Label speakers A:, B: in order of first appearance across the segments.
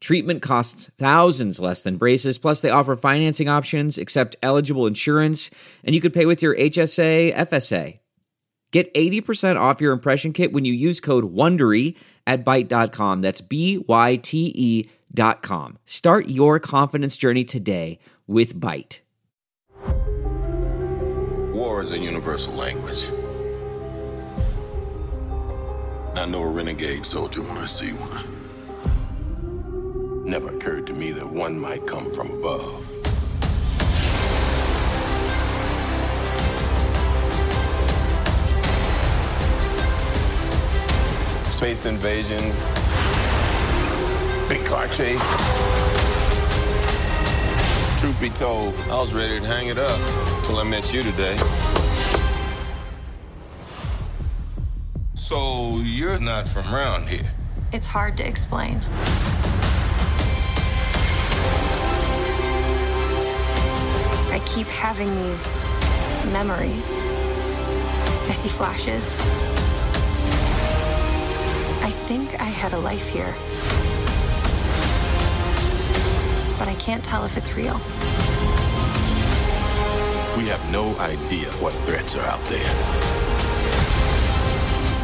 A: Treatment costs thousands less than braces, plus, they offer financing options, accept eligible insurance, and you could pay with your HSA, FSA. Get 80% off your impression kit when you use code WONDERY at Byte.com. That's B-Y-T-E E dot com. Start your confidence journey today with Byte.
B: War is a universal language. I know a renegade soldier when I see one. Never occurred to me that one might come from above. Space invasion, big car chase. Truth be told, I was ready to hang it up till I met you today. So you're not from around here.
C: It's hard to explain. I keep having these memories. I see flashes. I think I had a life here. But I can't tell if it's real.
B: We have no idea what threats are out there.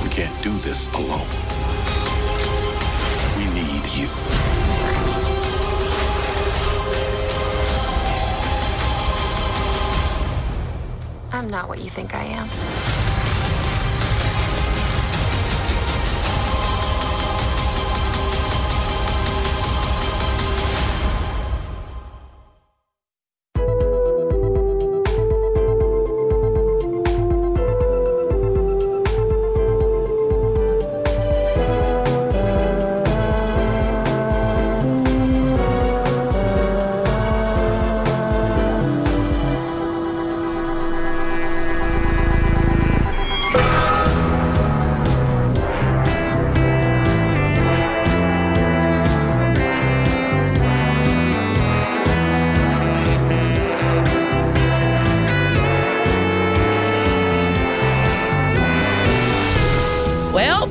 B: We can't do this alone. We need you.
C: I'm not what you think I am.
D: Well,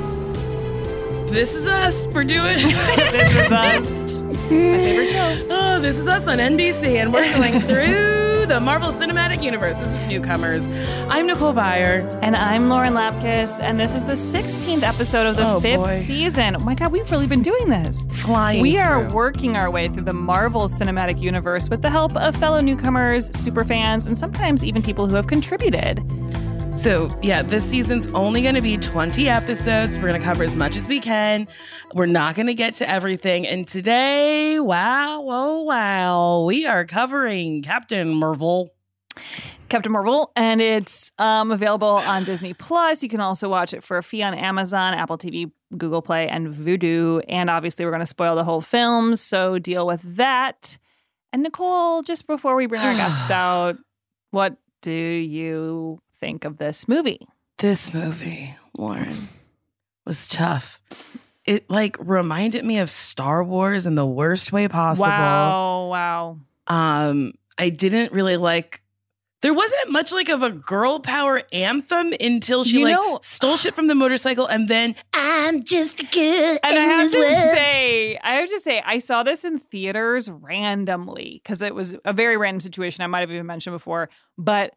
D: this is us. We're doing this
E: is us.
D: My favorite show. Oh, this is us on NBC, and we're going through the Marvel Cinematic Universe. This is newcomers. I'm Nicole Byer.
E: And I'm Lauren Lapkus, and this is the 16th episode of the
D: Oh,
E: fifth
D: boy.
E: season. Oh my God, we've really been doing this.
D: Flying
E: We are
D: through.
E: working our way through the Marvel Cinematic Universe with the help of fellow newcomers, superfans, and sometimes even people who have contributed.
D: So, yeah, this season's only going to be 20 episodes. We're going to cover as much as we can. We're not going to get to everything. And today, wow, oh, wow, we are covering Captain Marvel.
E: Captain Marvel, and it's um, available on Disney Plus. You can also watch it for a fee on Amazon, Apple TV, Google Play, and Vudu. And obviously, we're going to spoil the whole film, so deal with that. And Nicole, just before we bring our guests out, what do you think of this movie?
D: this movie, Lauren, was tough. It like reminded me of Star Wars in the worst way possible.
E: Wow, wow.
D: Um, I didn't really like there wasn't much like of a girl power anthem until she
E: You
D: like
E: know-
D: stole shit from the motorcycle and then I'm just a girl.
E: And I
D: in this
E: have to
D: world."
E: say, I have to say, I saw this in theaters randomly because it was a very random situation. I might have even mentioned before, but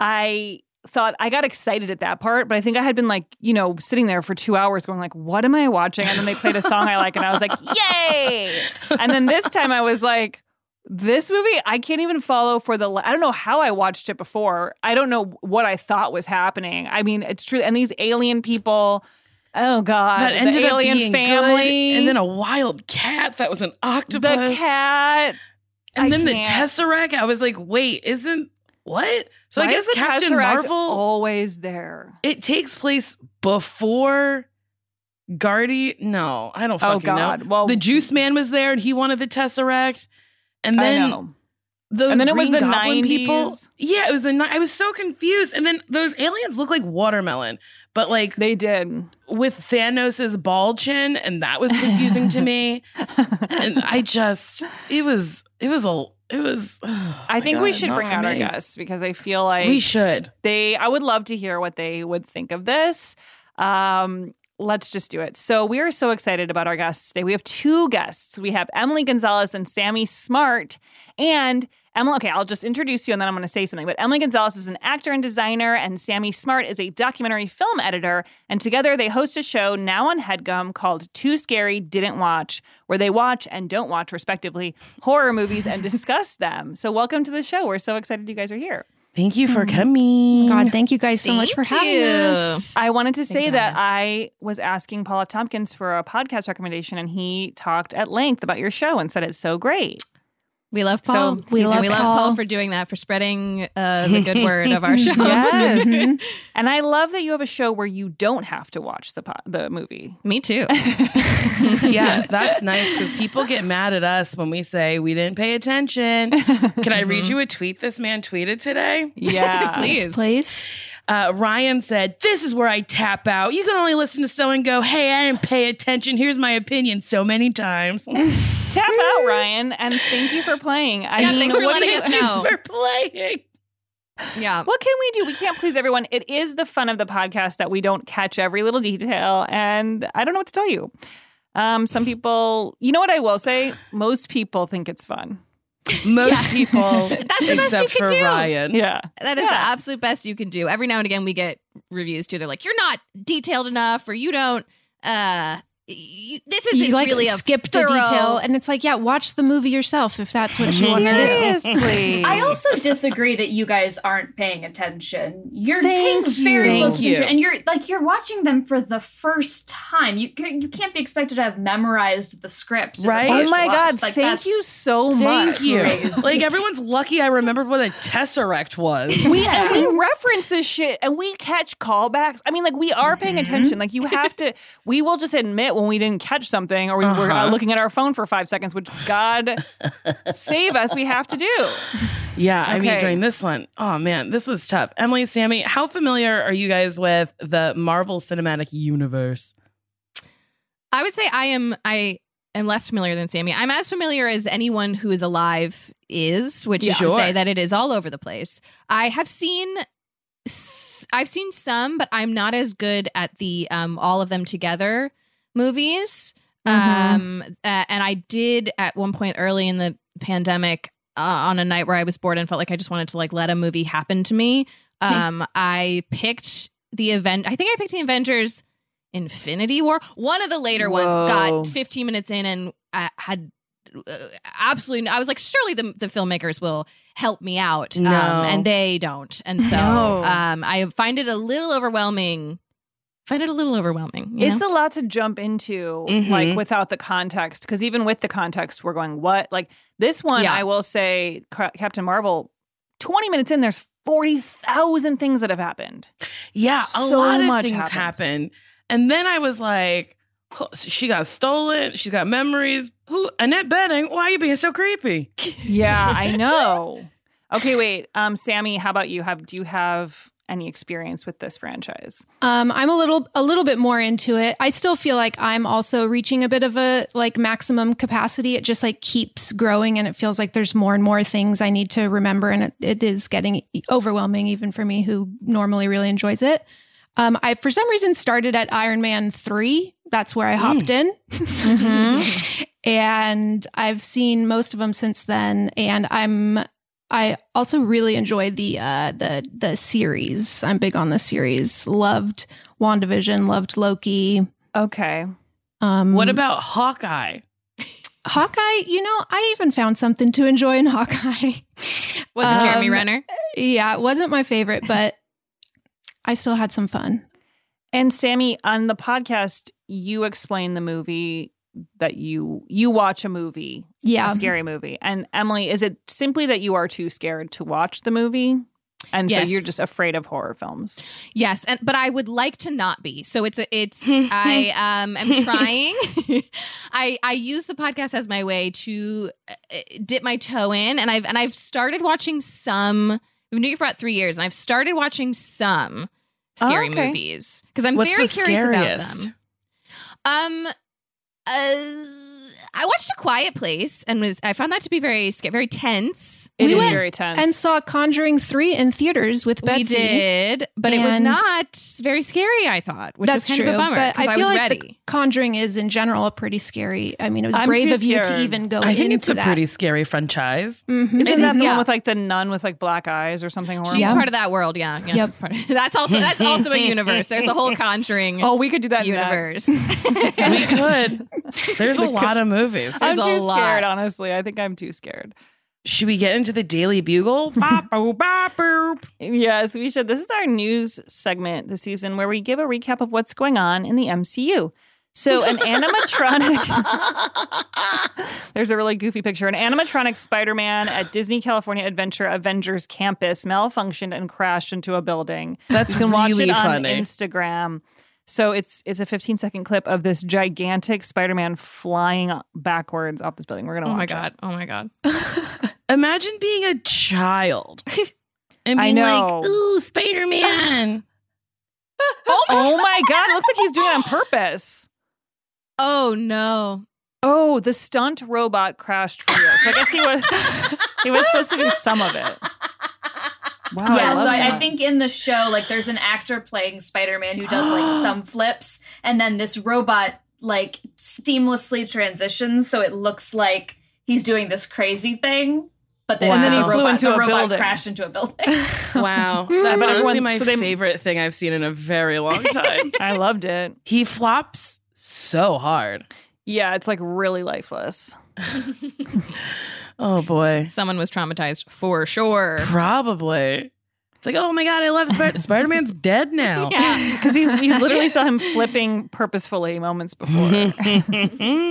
E: I thought I got excited at that part. But I think I had been like, you know, sitting there for two hours going like, "What am I watching?" And then they played a song I like, and I was like, "Yay!" And then this time I was like. This movie, I can't even follow for the. la- I don't know how I watched it before. I don't know what I thought was happening. I mean, it's true. And these alien people, oh god,
D: that
E: the
D: ended
E: alien
D: up being
E: family,
D: good, and then a wild cat that was an octopus.
E: the cat.
D: and
E: I
D: then
E: can't.
D: the tesseract. I was like, wait, isn't what? So I
E: Why
D: guess
E: is the
D: Captain
E: Tesseract
D: Marvel
E: always there.
D: it takes place before Guardi. No, I don't
E: Oh,
D: fucking know.
E: God. Oh. Well-
D: the Juice Man was there, and he wanted the Tesseract. And
E: I
D: then
E: know.
D: those
E: And then it was
D: Green
E: the
D: Goblin people.
E: 90s.
D: Yeah, it was the. ni- I was so confused. And then those aliens look like watermelon, but like
E: They did.
D: with Thanos's ball chin, and that was confusing to me. And I just, it was, it was a, it was. oh
E: I think we should bring out
D: our
E: our guests because I feel like
D: We should.
E: they I would love to hear what they would think of this. Um Let's just do it. So, we are so excited about our guests today. We have two guests. We have Emily Gonzalez and Sammy Smart. And Emily, okay, I'll just introduce you and then I'm going to say something. But Emily Gonzalez is an actor and designer, and Sammy Smart is a documentary film editor. And together they host a show now on HeadGum called Too Scary Didn't Watch, where they watch and don't watch, respectively, horror movies and discuss them. So, welcome to the show. We're so excited you guys are here.
D: Thank you for
E: Mm-hmm.
D: coming.
C: God, thank you guys so much for
F: Thank
C: having
F: you.
C: us.
E: I wanted to say that I was asking Paul F. Tompkins for a podcast recommendation, and he talked at length about your show and said it's so great.
F: We love
E: So,
F: Paul.
C: we love
F: we love
C: Paul.
F: Paul for doing that, for spreading uh, the good word of our show.
E: Yes, Mm-hmm. and I love that you have a show where you don't have to watch the po- the movie.
F: Me too.
D: yeah, that's nice because people get mad at us when we say we didn't pay attention. Can I read you a tweet this man tweeted today?
E: Mm-hmm. Yeah,
F: Please.
C: Please.
D: Uh, Ryan said, This is where I tap out. You can only listen to so and go, Hey, I didn't pay attention. Here's my opinion so many times.
E: tap out, Ryan, and thank you for playing. I
F: Yeah,
E: mean,
F: thanks for
E: what do
F: letting
E: you-
F: us know.
D: for playing.
F: Yeah.
E: What can we do? We can't please everyone. It is the fun of the podcast that we don't catch every little detail, and I don't know what to tell you. Um, some people, you know what I will say? Most people think it's fun.
D: Most
F: Yeah.
D: people,
F: That's the best
D: except
F: you
D: for
F: can do.
D: Ryan.
E: Yeah.
F: That is the
E: Yeah.
F: absolute best you can do. Every now and again, we get reviews too. They're like, "You're not detailed enough," or "You don't." uh y- This is
C: you like
F: really a
C: skipped
F: thorough.
C: a detail, and it's like, yeah, watch the movie yourself if that's what you want to do.
E: Seriously.
G: I also disagree that you guys aren't paying attention. You're
E: Thank
G: paying very
D: you.
G: close
D: Thank you.
G: attention, and you're like you're watching them for the first time. You ca- you can't be expected to have memorized the script, and
D: Right?
G: watched
E: Oh my
G: watch.
E: god!
G: Like,
E: thank
G: that's-
E: you so much.
D: Thank you.
G: Crazy.
D: Like everyone's lucky I remembered what a tesseract was.
E: We and we reference this shit and we catch callbacks. I mean, like we are paying
G: Mm-hmm.
E: attention. Like you have to. We will just admit when we didn't catch something or we were uh,
D: Uh-huh.
E: looking at our phone for five seconds, which God save us, we have to do.
D: Yeah, I mean
E: Okay.
D: during this one, oh man, this was tough. Emily, Sammy, how familiar are you guys with the Marvel Cinematic Universe?
F: I would say I am. I am less familiar than Sammy. I'm as familiar as anyone who is alive is, which is
D: Sure.
F: to say that it is all over the place. I have seen. s- I've seen some, but I'm not as good at the um, all of them together movies. Um, uh, and I did at one point early in the pandemic uh, on a night where I was bored and felt like I just wanted to like let a movie happen to me. Um, I picked the event. I think I picked the Avengers Infinity War. One of the later ones
E: Whoa.
F: got 15 minutes in and I had uh, absolutely. I was like, surely the the filmmakers will help me out, um,
D: No.
F: and they don't. And so
D: No.
F: um, I find it a little overwhelming. Find it a little overwhelming. you
E: It's a
F: know?
E: lot to jump into,
D: Mhm.
E: like
G: Mm-hmm.
E: without the context. Because even with the context, we're going what? Like this one,
F: Yeah.
E: I will say, Ca- Captain Marvel. Twenty minutes in, there's forty thousand things that have happened.
D: Yeah, a
E: So
D: lot of
E: much
D: things
E: happens.
D: happened. And then I was like, "Huh, she got stolen. She's got memories. Who Annette Bening? Why are you being so creepy?
E: Yeah, I know. Okay, wait. Um, Sammy, how about you? Have do you have any experience with this franchise?
C: Um, I'm a little a little bit more into it. I still feel like I'm also reaching a bit of a like maximum capacity. It just like keeps growing, and it feels like there's more and more things I need to remember, and it, it is getting overwhelming even for me, who normally really enjoys it. Um, I for some reason started at Iron Man three. That's where I hopped
D: Mm,
C: in. Mm-hmm. and I've seen most of them since then. And I'm I also really enjoyed the uh, the the series. I'm big on the series. Loved WandaVision. Loved Loki.
E: Okay.
C: Um,
D: What about Hawkeye?
C: Hawkeye? You know, I even found something to enjoy in Hawkeye.
F: was it Jeremy
C: Um,
F: Renner?
C: yeah, it wasn't my favorite, but I still had some fun.
E: And Sammy, on the podcast, you explain the movie that you you watch a movie,
C: Yeah,
E: a scary movie. And Emily, is it simply that you are too scared to watch the movie? And
H: Yes.
E: so you're just afraid of horror films.
H: Yes, and but I would like to not be. So it's a, it's I um am trying. I I use the podcast as my way to uh, dip my toe in, and I've and I've started watching some. I've been doing it for about three years, and I've started watching some scary
E: Oh, okay.
H: movies because I'm
D: What's
H: very
D: the
H: curious about
D: scariest?
H: them. Um, uh, I watched A Quiet Place, and was I found that to be very sca- very tense.
E: It is
F: We went
E: very tense.
F: and saw Conjuring 3 in theaters with Betsy.
H: We did, but it was
F: And-
H: not very scary. I thought, which
F: That's
H: was kind
F: true.
H: of a bummer
F: but I
H: because
F: feel
H: I, was
F: like
H: ready.
F: The Conjuring is in general a pretty scary. I mean, it was
E: I'm
F: brave
E: too
F: of you to
E: scared.
F: even go
D: I think
F: into
D: it's a
F: that.
D: pretty scary franchise.
F: Mhm.
E: Isn't
H: It
E: that
H: is,
E: the
H: yeah.
E: one with like the nun with like black eyes or something horrible?
H: She's
F: Yeah.
H: part of that world, yeah. yeah
F: Yep.
H: she's part of- that's also that's also a universe. There's a whole conjuring
E: Oh, we could do that next.
H: universe.
D: We could. There's a lot of movies.
H: There's
E: I'm
H: a
E: too scared,
H: lot.
E: honestly. I think I'm too scared.
D: Should we get into the Daily Bugle? Bop, oh, bop, boop.
E: Yes, we should. This is our news segment this season where we give a recap of what's going on in the MCU. So, an animatronic. There's a really goofy picture. An animatronic Spider Man at Disney California Adventure Avengers campus malfunctioned and crashed into a building.
D: That's
E: You can watch
D: really
E: it on
D: funny.
E: Instagram. So it's it's a 15 second clip of this gigantic Spider-Man flying backwards off this building. We're gonna
H: oh
E: watch.
H: my
E: it.
H: god! Oh my god!
D: Imagine being a child and
E: I
D: being
E: know.
D: like, "Ooh, Spider Man."
E: Oh my god! It looks like he's doing it on purpose.
H: Oh no!
E: Oh, the stunt robot crashed for you. So I guess he was he was supposed to do some of it. Wow.
G: yeah,
E: Oh, love
G: so I, I
E: that.
G: think in the show, like, there's an actor playing Spider Man who does like some flips, and then this robot like seamlessly transitions, so it looks like he's doing this crazy thing. But then,
H: And then
G: the
H: he
G: robot,
E: flew into
G: the
E: a
G: robot
E: building.
G: crashed into a building.
D: Wow,
E: But
D: that's honestly
E: everyone-
D: my
E: so they-
D: favorite thing I've seen in a very long time.
E: I loved it.
D: he flops so hard.
E: Yeah, it's like really lifeless.
D: Oh boy,
H: Someone was traumatized for sure.
D: probably. It's like, oh my god, I love Spider. Spider Man's dead now.
H: Yeah.
E: Because he's you literally saw him flipping purposefully moments
D: Mm-hmm.
E: before.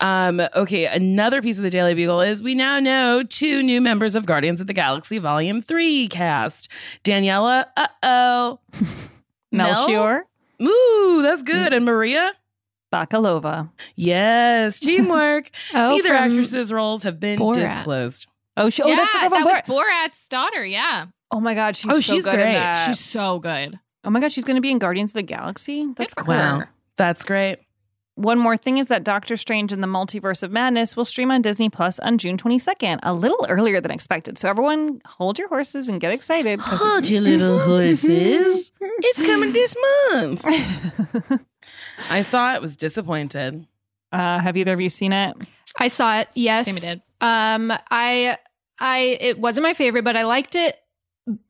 D: um, okay, another piece of the Daily Bugle is we now know two new members of Guardians of the Galaxy Volume 3 cast. Daniela, uh oh.
E: Melchior
D: Ooh, that's good. And Maria?
E: Bakalova.
D: Yes, teamwork.
F: Oh,
D: Either
F: from-
D: actresses' roles have been
F: Borat.
D: disclosed.
E: Oh, she, oh,
H: yeah,
E: that's the girl
H: that
E: from
H: was
E: Borat.
H: Borat's daughter. Yeah.
E: Oh my god, she's
D: Oh,
E: so
D: she's
E: good at
D: great.
E: that.
H: She's so good.
E: oh my god, she's going to be in Guardians of the Galaxy. That's
H: good for
E: cool.
D: Wow.
H: her.
D: That's great.
E: One more thing is that Doctor Strange and the Multiverse of Madness will stream on Disney Plus on June 22nd, a little earlier than expected. So everyone, hold your horses and get excited. 'cause it's-
D: your little horses. It's coming this month. I saw it, was disappointed.
E: uh, have either of you seen it?
F: I saw it. Yes,
H: Sammy did.
F: Um, I, I, it wasn't my favorite, but I liked it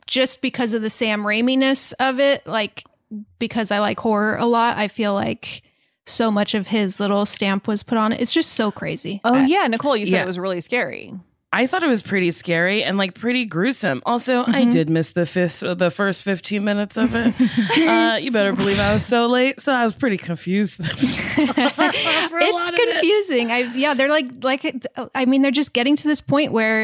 F: just because of the Sam Raimi-ness of it. Like because I like horror a lot, I feel like so much of his little stamp was put on it. It's just so crazy.
E: Oh
H: Uh,
F: I-
E: yeah, Nicole, you said
D: yeah.
E: it was really scary.
D: I thought it was pretty scary and like pretty gruesome. Also, I
E: Mhm.
D: did miss the fifth, the first fifteen minutes of it. uh, you better believe I was so late, so I was pretty confused.
F: it's confusing. I yeah, they're like like I mean, they're just getting to this point where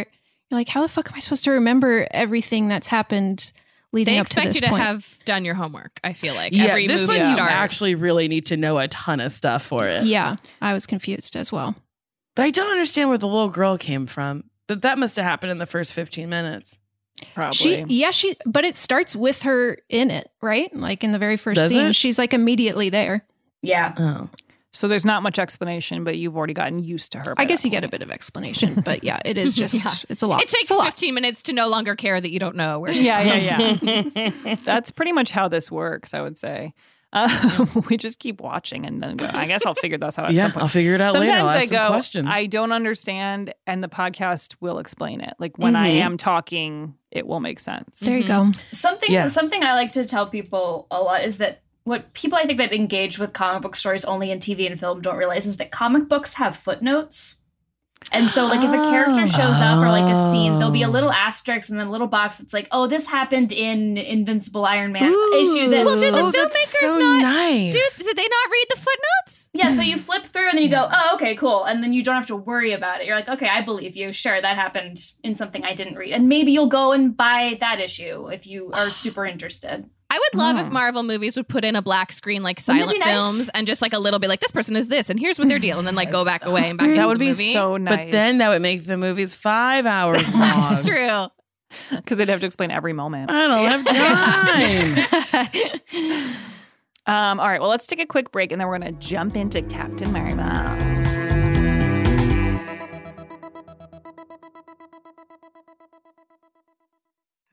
F: you're like, how the fuck am I supposed to remember everything that's happened leading
H: They
F: up to
H: expect
F: this
H: you to
F: point?
H: have done your homework. I feel like
D: Yeah,
H: every
D: this
H: movie
D: one you
H: star.
D: actually really need to know a ton of stuff for it.
F: yeah, I was confused as well.
D: but I don't understand where the little girl came from. That that must have happened in the first fifteen minutes.
E: Probably.
F: She yeah, she but it starts with her in it, right? Like in the very first
D: Does
F: scene,
D: it?
F: she's like immediately there.
G: yeah,
D: Oh,
E: so there's not much explanation, but you've already gotten used to her. by
F: I guess
E: that
F: you get a
E: point.
F: bit of explanation, but yeah, it is just
H: Yeah.
F: it's a lot.
H: It takes
F: It's a lot.
H: 15 minutes to no longer care that you don't know where.
E: Yeah, yeah, yeah. That's pretty much how this works, I would say. Uh, we just keep watching and then go, I guess I'll figure this out at
D: yeah,
E: some point.
D: I'll figure it out
E: Sometimes
D: later. I'll ask
E: I
D: some
E: go,
D: questions.
E: I don't understand, and the podcast will explain it. Like when I
D: Mhm.
E: am talking, it will make sense.
F: There you
H: Mm-hmm.
F: go.
G: something
D: Yeah.
G: something I like to tell people a lot is that what people I think that engage with comic book stories only in TV and film don't realize is that comic books have footnotes. And so, like, if a
F: Oh.
G: character shows up or like a scene, there'll be a little asterisk and then a little box that's like, "Oh, this happened in Invincible Iron Man
I: Ooh.
G: issue." This.
I: Well, did the
D: Oh,
I: filmmakers
D: that's so
I: not
D: nice.
I: Dude, did they not read the footnotes?
G: yeah, so you flip through and then you go, "Oh, okay, cool," and then you don't have to worry about it. You're like, "Okay, I believe you. Sure, that happened in something I didn't read," and maybe you'll go and buy that issue if you are super interested.
I: I would love
E: Oh.
I: if Marvel movies would put in a black screen like
G: Wouldn't it
I: silent
G: be nice?
I: films and just like a little bit like this person is this and here's what their deal and then like go back away
D: Mm-hmm.
I: and back into
E: that would
I: the
E: be
I: movie.
E: so nice.
D: But then that would make the movies five hours long.
I: That's true.
E: because they'd have to explain every moment.
D: I don't have time.
E: Um, all right, well, let's take a quick break and then we're gonna jump into Captain Marvel.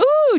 F: Ooh,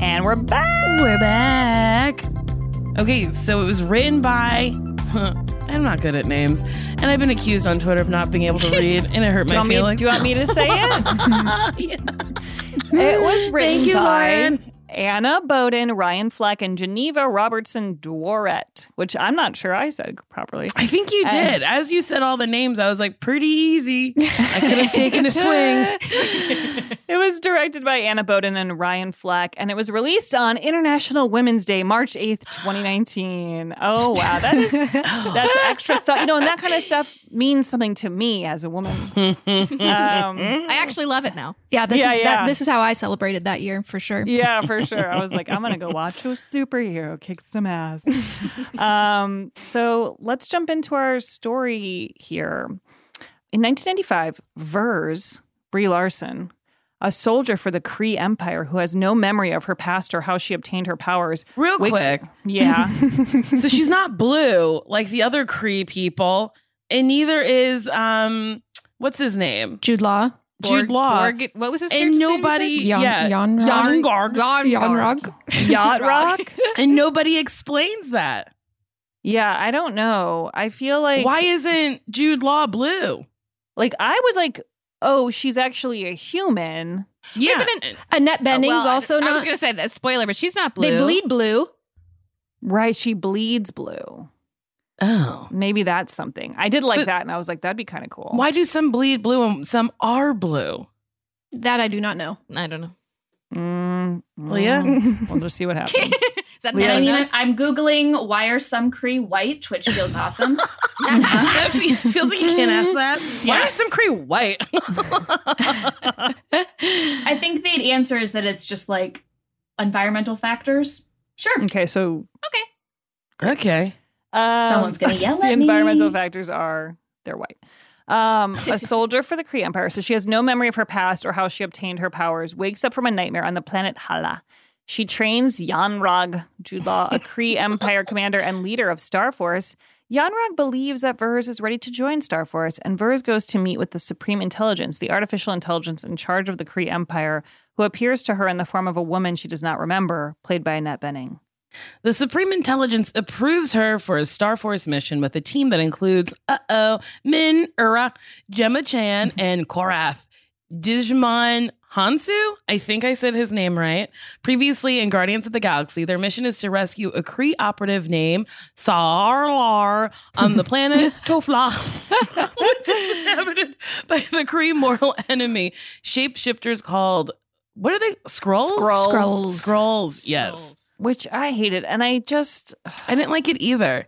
E: And we're back.
D: We're back. Okay, so it was written by. I'm not good at names, and I've been accused on Twitter of not being able to read, and it hurt
E: Do you,
D: my
E: want me,
D: feelings.
E: do you want me to say it? It was written
D: Thank you,
E: by
D: Lauren.
E: Anna Bowden, Ryan Fleck, and Geneva Robertson Dworet, which I'm not sure I said properly.
D: I think you
E: Uh,
D: did. As you said all the names, I was like, pretty easy. I could have taken a swing.
E: It was directed by Anna Boden and Ryan Flack, and it was released on International Women's Day, March 8th, 2019. Oh, wow. That is, that's extra thought. You know, and that kind of stuff means something to me as a woman. Um,
I: I actually love it now.
J: Yeah, this
E: Yeah,
J: is
E: yeah.
J: That, this is how I celebrated that year for sure.
E: yeah, for sure. I was like, I'm going to go watch a superhero kick some ass. Um, so let's jump into our story here. In 1995, Vers, Brie Larson, a soldier for the Cree Empire who has no memory of her past or how she obtained her powers,
D: Real
E: wakes-
D: quick.
E: Yeah.
D: so she's not blue like the other Cree people, and neither is, um, what's his name?
J: Jude Law,
D: Jude Law.
I: Borg- what was his
D: and
I: character's name you
D: nobody,
J: Yon-
D: yeah,
J: Yonrog?
D: Yarngarg.
J: Yarnrog.
I: said? Yarngarg.
E: Yacht Rock?
D: and nobody explains that.
E: Yeah, I don't know. I feel like
D: Why isn't Jude Law blue?
E: like I was like, oh, she's actually a human.
D: Yeah,
I: but in-
J: Annette Benning's
I: well,
J: also
I: I, I
J: not.
I: was gonna say that spoiler, but she's not blue.
J: they bleed blue.
E: Right, she bleeds blue.
D: Oh.
E: Maybe that's something. I did like that and I was like, that'd be kind of cool.
D: Why do some bleed blue and some are blue?
F: That I do not know.
H: I don't know.
E: Mm,
D: Leah?
E: mm, We'll just see what happens.
G: Is that
E: We
G: I
E: are-
G: mean, I'm- I'm googling why are some Cree white, which feels awesome.
D: that fe- feels like you can't ask that. Why
G: Yeah.
D: is some Cree white?
G: I think the answer is that it's just like environmental factors. Sure.
E: okay, so
D: okay.
E: um,
G: Someone's gonna yell
E: The
G: at me.
E: environmental factors are they're white. Um, a soldier for the Kree Empire, so she has no memory of her past or how she obtained her powers. Wakes up from a nightmare on the planet Hala. She trains Yanrog Jula, a Kree Empire commander and leader of Star Force. Yanrog believes that Vers is ready to join Star Force, and Vers goes to meet with the Supreme Intelligence, the artificial intelligence in charge of the Kree Empire, who appears to her in the form of a woman she does not remember, played by Annette Benning.
D: The Supreme Intelligence approves her for a Star Force mission with a team that includes, uh oh, Min Ura, Gemma Chan, and Korath. Digimon Hansu, I think I said his name right. Previously in Guardians of the Galaxy, their mission is to rescue a Kree operative named Sarlar on the planet Kofla, which is inhabited by the Kree mortal enemy. Shapeshifters called, what are they? Scrolls?
E: Skrulls.
D: Scrolls. Scrolls, yes.
E: Which I hated, and I just
D: I didn't like it either.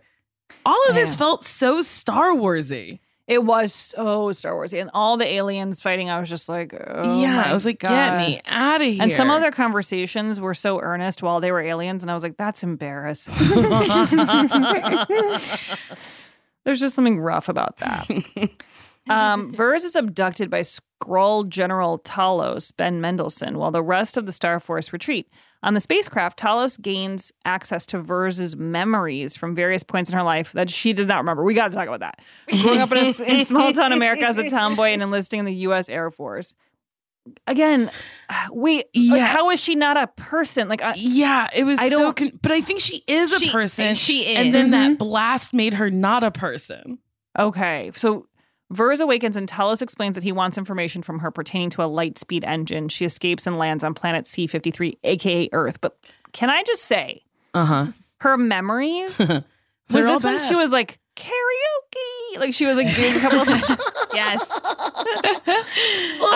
D: All of this
E: Yeah.
D: felt so Star Warsy.
E: It was so Star Warsy, and all the aliens fighting. I was just like, oh
D: yeah,
E: my
D: I was like,
E: God."
D: get me out of here.
E: And some of their conversations were so earnest while they were aliens, and I was like, that's embarrassing. There's just something rough about that. Um, Vers is abducted by Skrull General Talos Ben Mendelsohn while the rest of the Star Force retreat. On the spacecraft, Talos gains access to Vers's memories from various points in her life that she does not remember. We got to talk about that. Growing up in, a, in small town America as a tomboy and enlisting in the U.S. Air Force. Again, we like,
D: Yeah.
E: how is she not a person? Like, I,
D: yeah, it was
E: I
D: so
E: don't-
D: con- but I think she is a
H: She-
D: person.
H: She is.
D: and then
J: Mm-hmm.
D: that blast made her not a person.
E: Okay. So Vers awakens and Talos explains that he wants information from her pertaining to a light speed engine. She escapes and lands on planet C 53, aka Earth. But can I just say,
D: Uh
E: Uh-huh.
D: huh.
E: her memories was
D: They're all
E: this when
D: bad.
E: she was like karaoke? Like she was like doing a couple of
H: yes.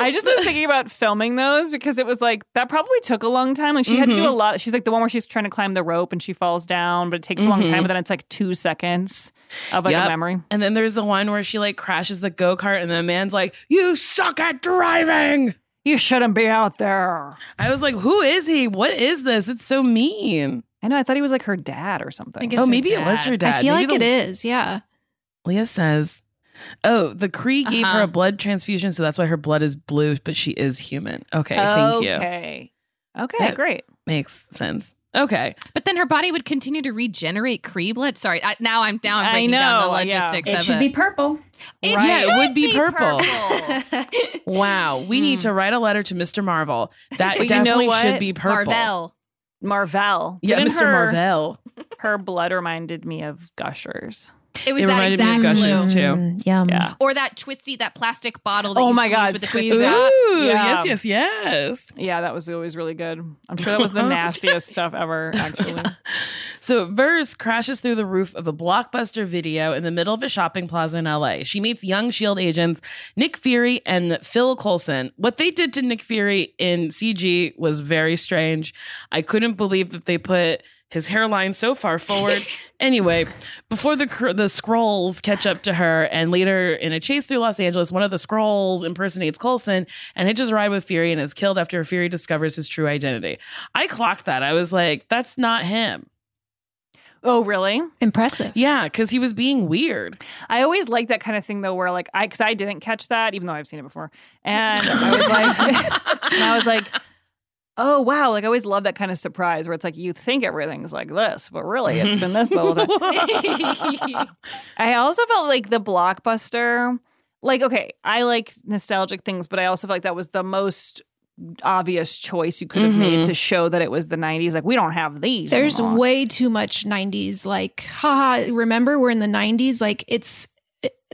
E: I just was thinking about filming those because it was like that probably took a long time. Like she had to
D: Mm-hmm.
E: do a lot. She's like the one where she's trying to climb the rope and she falls down, but it takes a long time, but then it's like two seconds of like
D: Mm-hmm. Yep.
E: a memory.
D: And then there's the one where she like crashes the go kart, and the man's like, "You suck at driving."
E: You shouldn't be out there.
D: I was like, "Who is he? What is this? It's so mean."
E: I know. I thought he was like her dad or something.
H: guess- It's
D: oh,
H: her
D: maybe it was
H: dad.
D: her dad.
F: I feel
D: Maybe
F: like it
D: the-
F: is. Yeah.
D: Leah says, "Oh, the Cree gave her
H: Uh-huh.
D: a blood transfusion, so that's why her blood is blue, but she is human." Okay, thank you.
E: Okay. Okay,
D: Yeah.
E: great.
D: Makes sense. Okay,
H: But then her body would continue to regenerate Cree blood. Sorry, I, now I'm now I'm
E: I
H: breaking down the
E: know, yeah.
H: logistics
G: It
H: of
G: should
H: it.
G: be purple.
H: It
D: Right. Yeah, it
H: should
D: would be purple.
H: purple.
D: wow. We need to write a letter to Mr. Marvel. That
E: But Hmm. you know
D: definitely should
E: what?
D: be purple.
H: Marvel.
E: Marvell.
D: Yeah,
E: Didn't
D: Mr.
E: Her,
D: Marvel.
E: Her blood reminded me of Gushers.
H: It was
D: It
H: that
D: reminded me of
H: exact blue.
D: Gushers too.
K: Mm, yum.
E: Yeah.
H: Or that twisty, that plastic bottle. That
E: Oh
H: you
E: my
H: squeeze
E: God,
H: With the
E: squeeze
H: twisty
E: it.
H: top.
D: Ooh,
E: Yeah.
D: yes, yes, yes.
E: Yeah, that was always really good. I'm sure that was the nastiest stuff ever, actually.
D: So Vers crashes through the roof of a blockbuster video in the middle of a shopping plaza in LA. She meets young Shield E agents Nick Fury and Phil Coulson. What they did to Nick Fury in CG was very strange. I couldn't believe that they put his hairline so far forward. anyway, before the cr- the scrolls catch up to her, and later in a chase through Los Angeles, one of the scrolls impersonates Coulson and hitches a ride with Fury and is killed after Fury discovers his true identity. I clocked that. I was like, that's not him.
E: Oh, really?
F: Impressive.
D: Yeah, because he was being weird.
E: I always like that kind of thing, though, where like I, because I didn't catch that, even though I've seen it before. And I was like, and I was like, oh, wow. Like, I always love that kind of surprise where it's like, you think everything's like this, but really it's been this the whole time. I also felt like the blockbuster, like, okay, I like nostalgic things, but I also felt like that was the most obvious choice you could have made
D: Mhm.
E: to show that it was the 90s. Like, we don't have these.
F: There's
E: anymore.
F: way too much 90s like haha remember we're in the 90s like it's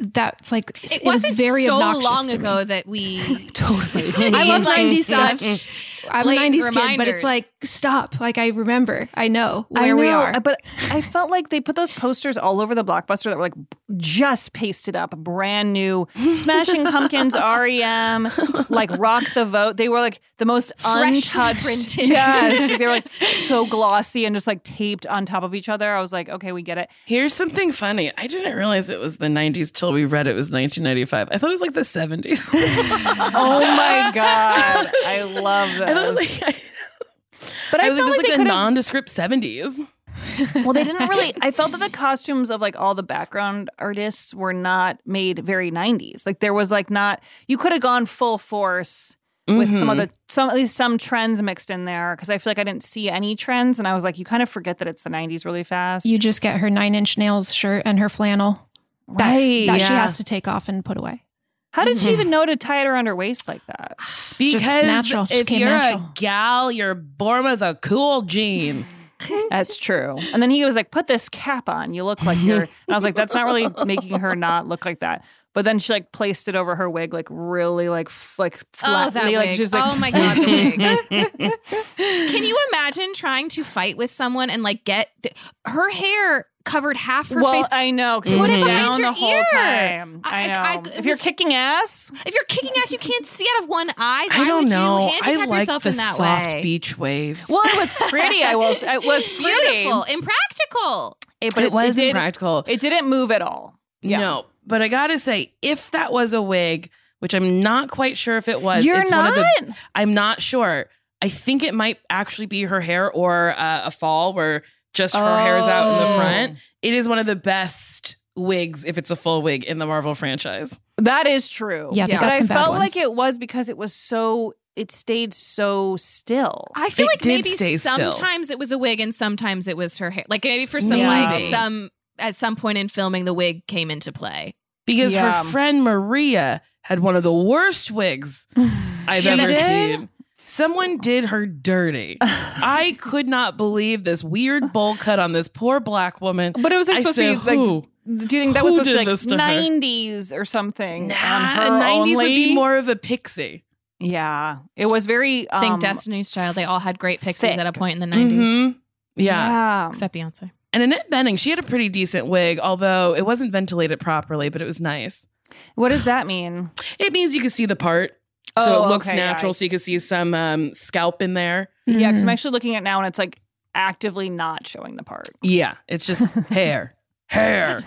F: that's like it,
H: It,
F: was
H: wasn't
F: very
H: so
F: obnoxious
H: long
F: to me.
H: ago that we
F: totally. I love
H: Like,
F: '90s
H: such
F: stuff. I'm a
H: blatant
F: '90s kid, but
H: reminders.
F: it's like stop. Like I remember, I know where we
E: know,
F: are.
E: But I felt like they put those posters all over the blockbuster that were like just pasted up, brand new, Smashing Pumpkins, REM, like Rock the Vote. They were like the most
H: Freshly
E: untouched.
H: printed.
E: Yes, like, they were like so glossy and just like taped on top of each other. I was like, okay, we get it.
D: Here's something funny. I didn't realize it was the 90s till we read it was 1995. I thought it was like the 70s.
E: Oh my god, I love this.
D: I thought it was like,
E: but
D: I was like, this is
E: felt
D: like
E: they
D: the
E: could've-
D: nondescript 70s.
E: well they didn't really i felt that the costumes of like all the background artists were not made very 90s like there was like not you could have gone full force with some of
D: Mhm.
E: the some at least some trends mixed in there because i feel like i didn't see any trends and i was like you kind of forget that it's the 90s really fast
F: you just get her nine inch nails shirt and her flannel that,
E: Right,
F: that she
E: yeah.
F: has to take off and put away.
E: how did
H: mm-hmm.
E: she even know to tie it around her waist like that
D: Because
F: natural. She
D: if
F: came
D: you're
F: natural.
D: a gal, you're born with a cool gene.
E: that's true and then he was like put this cap on you look like you're and i was like that's not really making her not look like that but then she like placed it over her wig like really like f- like flatly
H: oh that
E: like
H: wig.
E: she was like
H: oh my god the wig can you imagine trying to fight with someone and like get th- her hair covered half her
E: well,
H: face
E: I know. 'cause
H: Put
E: it's
H: it behind
E: down
H: your
E: the whole
H: ear.
E: time. I,
H: I-
E: know.
H: I- I-
E: if you're
H: this-
E: kicking ass,
H: if you're kicking ass you can't see out of one eye why
D: I don't
H: would you
D: know. I
H: handicap
D: like
H: yourself
D: the
H: in that
D: soft
H: way
D: beach waves.
E: well, it was pretty. I will. It was pretty.
H: beautiful impractical
E: It, but
D: but
E: it,
D: it was
E: it, did,
D: impractical.
E: it didn't move at all. Yeah.
D: No, but I gotta say, if that was a wig, which I'm not quite sure if it was,
E: You're
D: it's
E: not.
D: One of the, I'm not sure. I think it might actually be her hair or uh, a fall where just her hair is out in the front. It is one of the best wigs if it's a full wig in the Marvel franchise.
E: that is true.
F: Yeah, they
E: but
F: got
E: I
F: some bad
E: felt
F: ones.
E: like it was because it was so. It stayed so still.
H: I feel
D: It
H: like
D: did
H: maybe
D: stay still.
H: sometimes it was a wig and sometimes it was her hair. Like maybe for some
D: Maybe.
H: like some at some point in filming the wig came into play.
D: Because
E: Yeah.
D: her friend Maria had one of the worst wigs I've
H: She
D: ever
H: did?
D: seen. Someone did her dirty. I could not believe this weird bowl cut on this poor black woman.
E: But it was like
D: I
E: supposed
D: say,
E: to be like.
D: who?
E: Do you think that was
D: Who
E: supposed to be
D: did this
E: like
D: to her?
E: 90s or something? on
D: Nah,
E: her
D: 90s would be
E: only?
D: more of a pixie.
E: Yeah, it was very. Um,
H: I think Destiny's Child, they all had great pixies
E: thick.
H: at a point in the 90s
D: Mhm. Yeah.
E: Yeah.
H: except Beyonce.
D: And Annette Benning, she had a pretty decent wig, although it wasn't ventilated properly, but it was nice.
E: What does that mean?
D: It means you can see the part. So
E: Oh,
D: it looks
E: okay, yeah, I
D: natural. So you can see some um, scalp in there.
E: Yeah, because I'm
F: Mhm.
E: actually looking at it now and it's like actively not showing the part.
D: Yeah. It's just hair. Hair.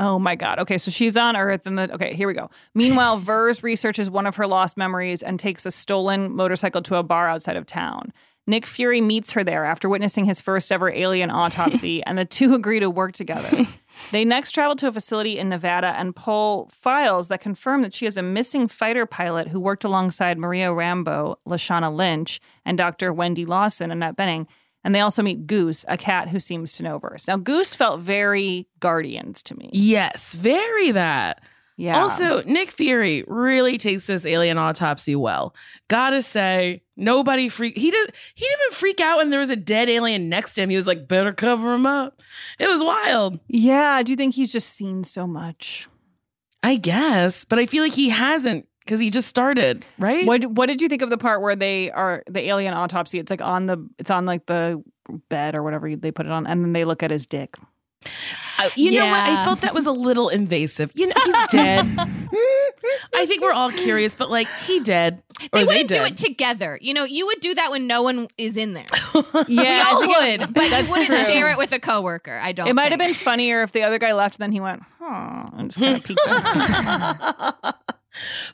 E: Oh my God. Okay, so she's on Earth and the. Okay, here we go. Meanwhile, Vers researches one of her lost memories and takes a stolen motorcycle to a bar outside of town. Nick Fury meets her there after witnessing his first ever alien autopsy, and the two agree to work together. They next travel to a facility in Nevada and pull files that confirm that she is a missing fighter pilot who worked alongside Maria Rambo, Lashana Lynch, and Dr. Wendy Lawson, Annette Benning. And they also meet Goose, a cat who seems to know Verse. Now, Goose felt very Guardians to me.
D: yes. Very that.
E: Yeah.
D: Also, Nick Fury really takes this alien autopsy well. Gotta say, nobody freak. He did. He didn't even freak out when there was a dead alien next to him. He was like, "Better cover him up." It was wild.
E: yeah. Do you think he's just seen so much?
D: I guess, but I feel like he hasn't because he just started, right?
E: What What did you think of the part where they are the alien autopsy? It's like on the it's on like the bed or whatever they put it on, and then they look at his dick.
D: I- Uh, you know what? I
H: Yeah.
D: felt that was a little invasive. You know, he's dead. I think we're all curious, but like, he dead. Or
H: They wouldn't do
D: dead.
H: it together. You know, you would do that when no one is in there.
E: Yeah,
H: we all would, but you wouldn't
E: true.
H: share it with a coworker. I don't.
E: It might have
H: think.
E: been funnier if the other guy left and then he went, huh, and just kind of peeked in.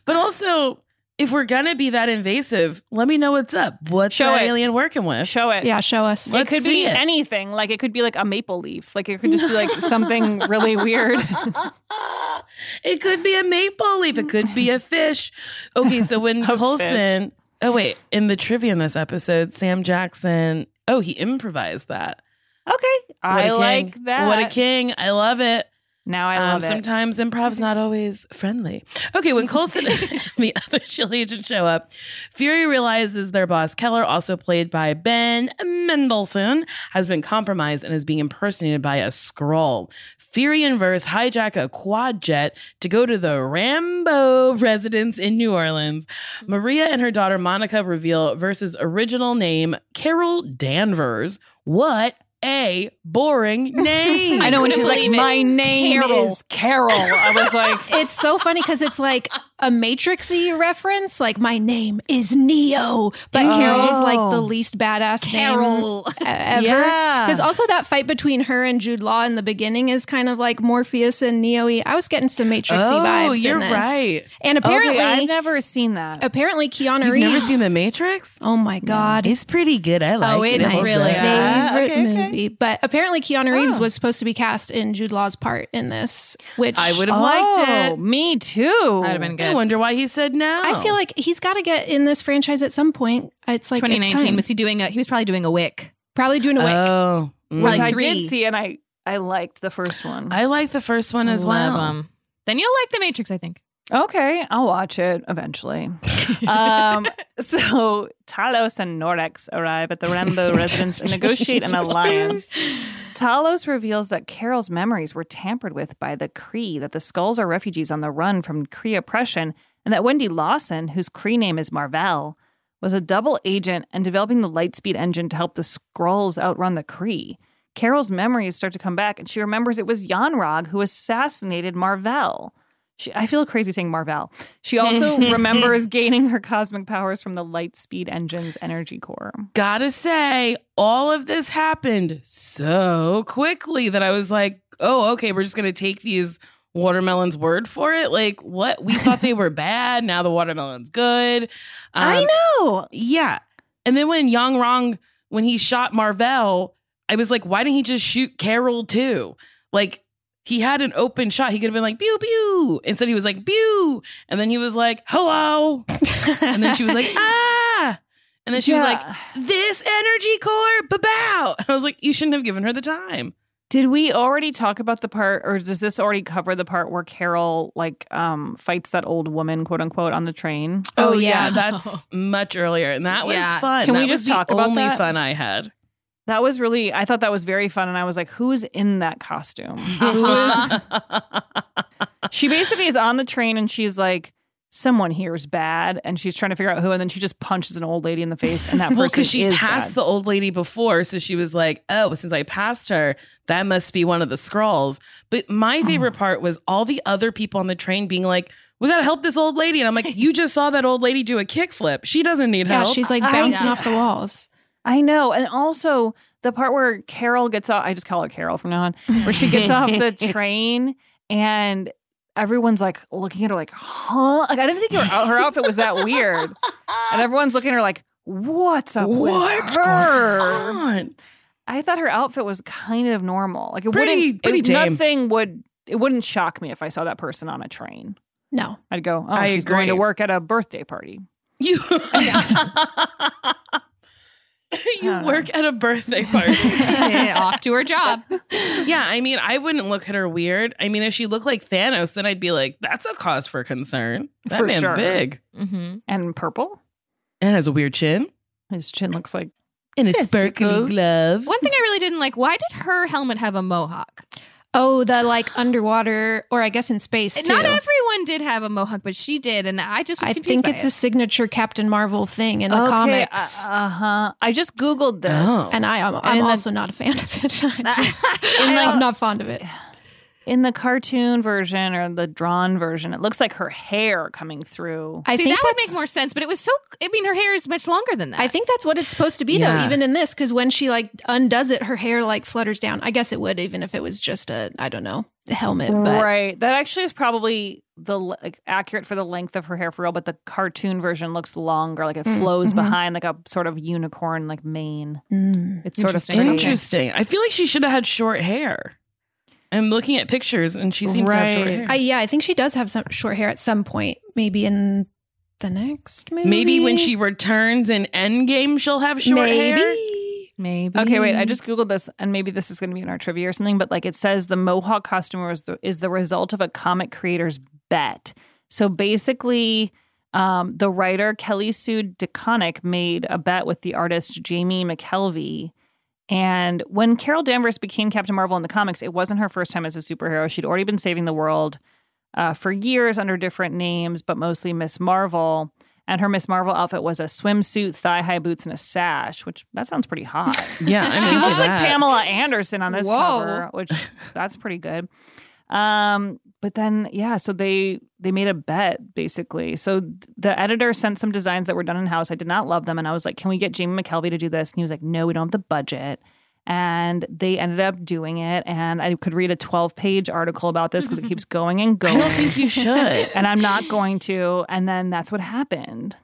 D: But also, if we're gonna be that invasive, let me know what's up. What's
E: Show
D: that
E: it.
D: alien working with?
E: Show it.
F: Yeah, show us.
D: Let's
E: It could be
D: see it.
E: anything. Like it could be like a maple leaf. Like it could just be like something really weird.
D: it could be a maple leaf. It could be a fish. Okay, so when
E: fish.
D: Colson, oh wait, in the trivia in this episode, Sam Jackson, oh he improvised that.
E: Okay.
D: What a
E: I
D: king.
E: like that.
D: What a king! I love it.
E: Now I love
D: um,
E: it.
D: Sometimes improv's not always friendly. Okay, when Colson and the other Chile agent show up, Fury realizes their boss Keller, also played by Ben Mendelsohn, has been compromised and is being impersonated by a scroll. Fury and Verse hijack a quad jet to go to the Rambo residence in New Orleans. Maria and her daughter Monica reveal Verse's original name, Carol Danvers. What a boring name.
E: I know when she's like,
F: Believe it.
E: my name
F: Carol."
E: is Carol. I was like,
F: it's so funny because it's like a Matrixy reference. Like my name is Neo, but
E: Oh.
F: Carol's like the least badass
H: Carol.
F: name e- ever.
E: Yeah.
F: Because also that fight between her and Jude Law in the beginning is kind of like Morpheus and Neo-y. I was getting some Matrixy
D: Oh,
F: vibes.
D: you're
F: in this.
D: right.
F: And apparently,
E: okay, I've never seen that.
F: apparently Keanu
D: You've
F: Reeves.
D: never seen The Matrix?
F: Oh my god,
D: It's pretty good. I like
H: Oh,
D: it.
H: it's
F: my
H: really
F: favorite
H: bad.
E: Okay, okay.
F: movie. But apparently, Keanu Reeves
E: Oh.
F: was supposed to be cast in Jude Law's part in this, which
D: Oh. I would have liked
E: Oh,
D: it.
E: me too.
H: That'd have been
D: I
H: good.
D: wonder why he said no.
F: I
H: Oh.
F: feel like he's got to get in this franchise at some point. It's like it's
H: 2019
F: time.
H: was he doing a? He was probably doing a wick.
F: probably doing a wig.
D: Oh, mm.
H: Well,
E: Which I
H: three.
E: did see, and I I liked the first one.
D: I like the first one as well.
H: Love 'em. Then you'll like the Matrix, I think.
E: Okay, I'll watch it eventually.
D: Uh,
E: um, so Talos and Norex arrive at the Rambo residence and negotiate an alliance. Talos reveals that Carol's memories were tampered with by the Kree, that the skulls are refugees on the run from Kree oppression, and that Wendy Lawson, whose Kree name is Marvell, was a double agent and developing the Lightspeed engine to help the Skrulls outrun the Kree. Carol's memories start to come back, and she remembers it was Yanrog who assassinated Marvell. She, I feel crazy saying Marvell. She also remembers gaining her cosmic powers from the Lightspeed engine's energy core.
D: Gotta say, all of this happened so quickly that I was like, oh, okay, we're just gonna take these watermelons word for it. Like, what? We thought they were bad. Now the watermelon's good. Um,
E: know.
D: Yeah. And then when Yang Rong, when he shot Marvell, I was like, why didn't he just shoot Carol too? Like, he had an open shot. He could have been like, pew, pew. Instead, he was like, pew. And then he was like, hello. And then she was like, ah. And then she was like, this energy core, ba-bow. I was like, you shouldn't have given her the time.
E: "Did we already talk about the part, or does this already cover the part where Carol like um fights that old woman, quote unquote, on the train?"
F: Oh, yeah.
D: That's much earlier. And that was
H: Yeah.
D: fun.
E: Can we
D: That was
E: just
D: the
E: talk about
D: only
E: that?
D: fun I had.
E: That was really, I thought that was very fun, and I was like, "Who's in that costume?" Who is- she basically is on the train, and she's like. Someone here is bad, and she's trying to figure out who, and then she just punches an old lady in the face, and that person
D: Well, because she
E: is
D: passed
E: bad.
D: the old lady before, so she was like, "Oh, since I passed her, that must be one of the scrolls." But my
E: Oh.
D: favorite part was all the other people on the train being like, "We got to help this old lady," and I'm like, "You just saw that old lady do a kickflip. She doesn't need
F: yeah,
D: help."
F: she's like
E: I-
F: bouncing
H: yeah.
F: off the walls.
E: I know. And also the part where Carol gets off, I just call her Carol from now on, where she gets off the train and everyone's like looking at her like, huh? Like, I didn't think her, her outfit was that weird. And everyone's looking at her like, what's up with
D: What's
E: her?
D: Come on.
E: I thought her outfit was kind of normal. Like, it
D: Pretty-
E: wouldn't,
D: pretty
E: it,
D: tame.
E: nothing would, it wouldn't shock me if I saw that person on a train.
F: No,
E: I'd go, oh,
D: I
E: she's going to
D: agree.
E: work at a birthday party.
D: You. you
E: don't know.
D: work at a birthday party.
H: Off to her job.
D: yeah, I mean, I wouldn't look at her weird. I mean, if she looked like Thanos, then I'd be like, "That's a cause for concern. That
E: For
D: man's
E: sure.
D: big
H: Mm-hmm.
E: And purple?
D: and has a weird chin
E: His chin looks like
D: and a
E: Testicles.
D: sparkly glove."
H: One thing I really didn't like. Why did her helmet have a mohawk?
F: oh, the like underwater, or I guess in space too.
H: Not everyone did have a mohawk, but she did, and I just was
F: I
H: confused
F: think
H: by
F: it's
H: it.
F: a signature Captain Marvel thing in the comics,
E: Uh huh. I just Googled this.
D: Oh.
F: and I am I'm
E: in the-
F: also not a fan of it. I just- I'm not fond of it.
E: in the cartoon version or the drawn version, it looks like her hair coming through.
F: I
H: See,
F: think
H: that would
F: that's-
H: make more sense, but it was so. I mean, her hair is much longer than that.
F: I think that's what it's supposed to be
D: Yeah.
F: though, even in this, because when she like undoes it, her hair like flutters down. I guess it would, even if it was just a I don't know helmet. But
E: right. That actually is probably the l- like, accurate for the length of her hair for real, but the cartoon version looks longer. Like it
F: Mm,
E: flows
F: mhm.
E: behind like a sort of unicorn like mane.
F: Mm.
E: It's sort of
H: Interesting.
E: strange.
D: Interesting. I feel like she should have had short hair. I'm looking at pictures and she seems to have short
E: Right.
D: hair.
F: I, yeah, I think she does have some short hair at some point, maybe in the next movie.
D: Maybe when she returns in Endgame, she'll have short
F: maybe.
D: hair.
H: maybe.
E: Okay, wait. I just googled this, and maybe this is going to be in our trivia or something. But like, it says the Mohawk costume was the, is the result of a comic creator's bet. So basically, um, the writer Kelly Sue DeConnick made a bet with the artist Jamie McKelvey, And when Carol Danvers became Captain Marvel in the comics, it wasn't her first time as a superhero. She'd already been saving the world uh, for years under different names, but mostly Miss Marvel. And her Miss Marvel outfit was a swimsuit, thigh high boots, and a sash, which that sounds pretty hot.
D: Yeah, I'm
E: she
D: into
E: looks
D: that.
E: like Pamela Anderson on this
D: Whoa.
E: cover, which that's pretty good. Um, but then yeah, so they they made a bet basically. So th- the editor sent some designs that were done in house. I did not love them, and I was like, "Can we get Jamie McKelvey to do this?" And he was like, "No, we don't have the budget." And they ended up doing it, and I could read a twelve-page article about this because it keeps going and going. I don't
D: think you should,
E: and I'm not going to. And then that's what happened.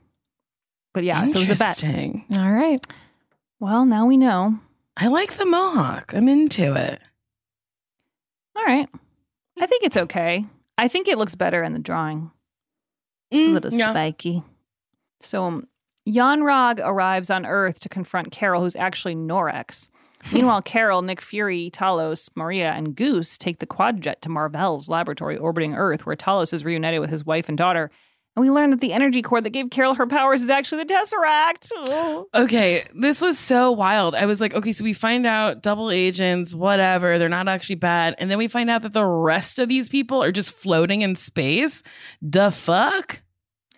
E: But yeah, so it was a bet.
D: Interesting.
E: All right. Well, now we know.
D: I like the mohawk. I'm into it.
E: All right. I think it's okay. I think it looks better in the drawing. It's a little
D: Mm, yeah.
E: spiky. So um, Yanrog arrives on Earth to confront Carol, who's actually Norex. Meanwhile, Carol, Nick Fury, Talos, Maria, and Goose take the quadjet to Marvell's laboratory orbiting Earth, where Talos is reunited with his wife and daughter. And we learn that the energy cord that gave Carol her powers is actually the Tesseract. Oh.
D: Okay, this was so wild. I was like, okay, so we find out double agents, whatever, they're not actually bad. And then we find out that the rest of these people are just floating in space. The fuck?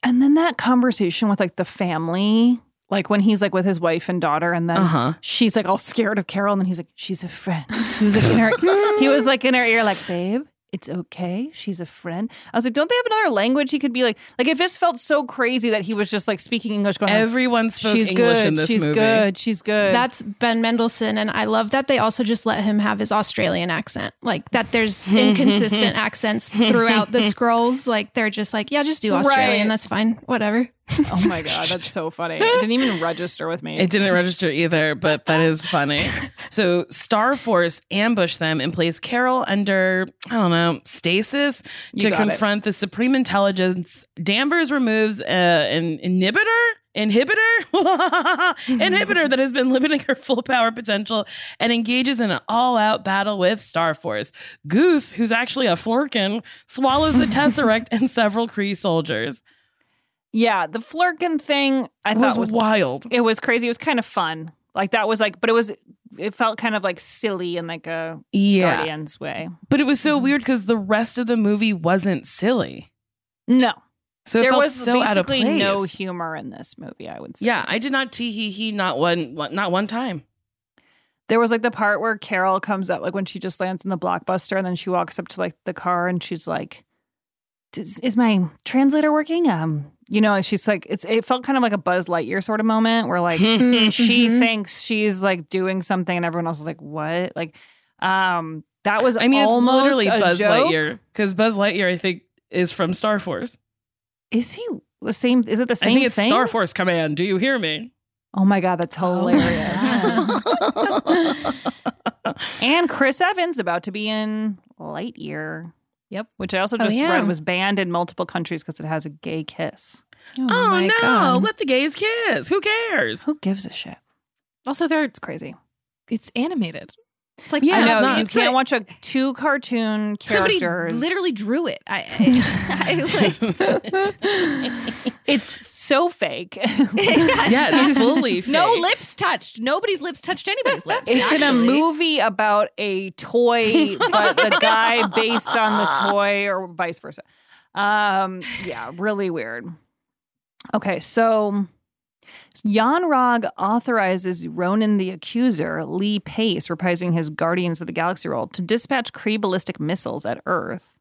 E: And then that conversation with like the family, like when he's like with his wife and daughter, and then
D: Uh-huh.
E: she's like all scared of Carol, and then he's like, "She's a friend." He was like in her, he was like in her ear, like, "Babe, it's okay. She's a friend." I was like, "Don't they have another language he could be like?" Like it just felt so crazy that he was just like speaking English, going, like,
D: Everyone spoke
E: she's
D: English
E: good.
D: in this
E: she's
D: movie.
E: good. She's good.
F: That's Ben Mendelsohn, and I love that they also just let him have his Australian accent. Like that, there's inconsistent accents throughout the scrolls. Like they're just like, yeah, just do Australian.
E: Right.
F: That's fine. Whatever.
E: oh my god, that's so funny. It didn't even register with me.
D: It didn't register either, but that is funny. So Star Force ambush them and place Carol under, I don't know, stasis
E: You
D: to
E: got it.
D: confront the Supreme Intelligence. Danvers removes uh, an inhibitor. Inhibitor, inhibitor that has been limiting her full power potential, and engages in an all-out battle with Star Force. Goose, who's actually a flurkin, swallows the Tesseract and several Kree soldiers.
E: Yeah, the flirkin thing I
D: It
E: thought
D: was wild.
E: It was crazy. It was kind of fun. Like that was like, but it was it felt kind of like silly in like a
D: Yeah.
E: Guardians way.
D: But it was so
E: Mm-hmm.
D: weird because the rest of the movie wasn't silly.
E: No,
D: So it
E: there
D: felt
E: was
D: so out of
E: basically
D: place.
E: no humor in this movie. I would say.
D: yeah, I did not tee hee hee not one not one time.
E: There was like the part where Carol comes up, like when she just lands in the blockbuster, and then she walks up to like the car and she's like, "Is, is my translator working?" Um, you know, and she's like, it's it felt kind of like a Buzz Lightyear sort of moment where like hmm. she
D: Mhm.
E: thinks she's like doing something, and everyone else is like, "What?" Like, um, that was
D: I mean, it's
E: almost
D: literally
E: a
D: Buzz
E: joke.
D: Lightyear because Buzz Lightyear, I think, is from Star Force.
E: Is he the same? Is it the
D: I
E: same
D: think it's
E: thing?
D: Star Force Command. Do you hear me?
E: Oh my god, that's hilarious!
F: Oh
D: Oh,
E: and Chris Evans about to be in Lightyear.
H: Yep.
E: Which I also
F: Oh,
E: just
F: yeah.
E: read was banned in multiple countries because it has a gay kiss.
F: Oh,
D: Oh,
F: my
D: no!
F: God.
D: Let the gays kiss. Who cares?
E: Who gives a shit?
H: Also, they're
E: It's crazy.
H: it's animated. It's like
D: Yeah,
E: I know
D: it's not-
E: you
H: it's
E: can't
H: like-
E: watch a two cartoon
H: somebody
E: characters.
H: literally drew it. I, I, I like,
E: it's so fake.
D: Yeah, it's fully
H: no
D: fake.
H: lips touched. Nobody's lips touched anybody's lips.
E: It's in a
H: actually.
E: movie about a toy, but the guy based on the toy, or vice versa. Um, yeah, really weird. Okay, so Yanrog authorizes Ronan the Accuser, Lee Pace, reprising his Guardians of the Galaxy role, to dispatch Kree ballistic missiles at Earth.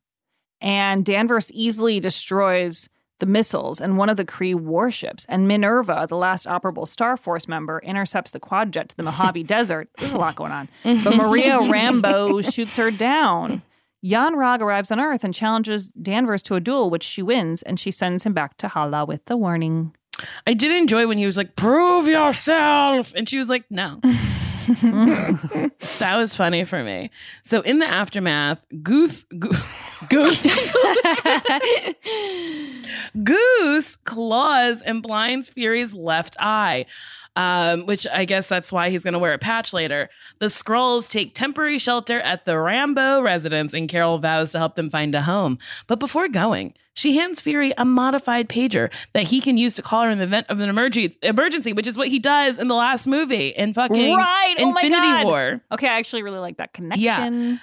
E: And Danvers easily destroys the missiles and one of the Kree warships. And Minerva, the last operable Star Force member, intercepts the quadjet to the Mojave Desert. There's a lot going on. But Maria Rambo shoots her down. Yanrog arrives on Earth and challenges Danvers to a duel, which she wins, and she sends him back to Hala with the warning.
D: I did enjoy when he was like, "Prove yourself," and she was like, "No." that was funny for me. So in the aftermath, Goof, Goof, Goose claws and blinds Fury's left eye. um, which I guess that's why he's going to wear a patch later. The Skrulls take temporary shelter at the Rambo residence, and Carol vows to help them find a home. But before going, she hands Fury a modified pager that he can use to call her in the event of an emergency, emergency which is what he does in the last movie in fucking
E: Right. Oh my
D: Infinity
E: God.
D: War.
E: Okay, I actually really like that connection.
D: Yeah.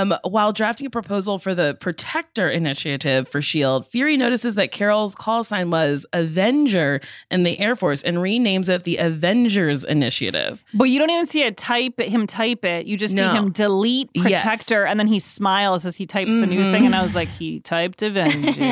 D: Um, while drafting a proposal for the Protector Initiative for S.H.I.E.L.D., E Fury notices that Carol's call sign was Avenger in the Air Force and renames it the Avengers Initiative.
E: But you don't even see a type him type it. You just
D: No.
E: see him delete
D: Yes. Mm-hmm.
E: protector, and then he smiles as he types the new thing. And I was like, he typed Avengers.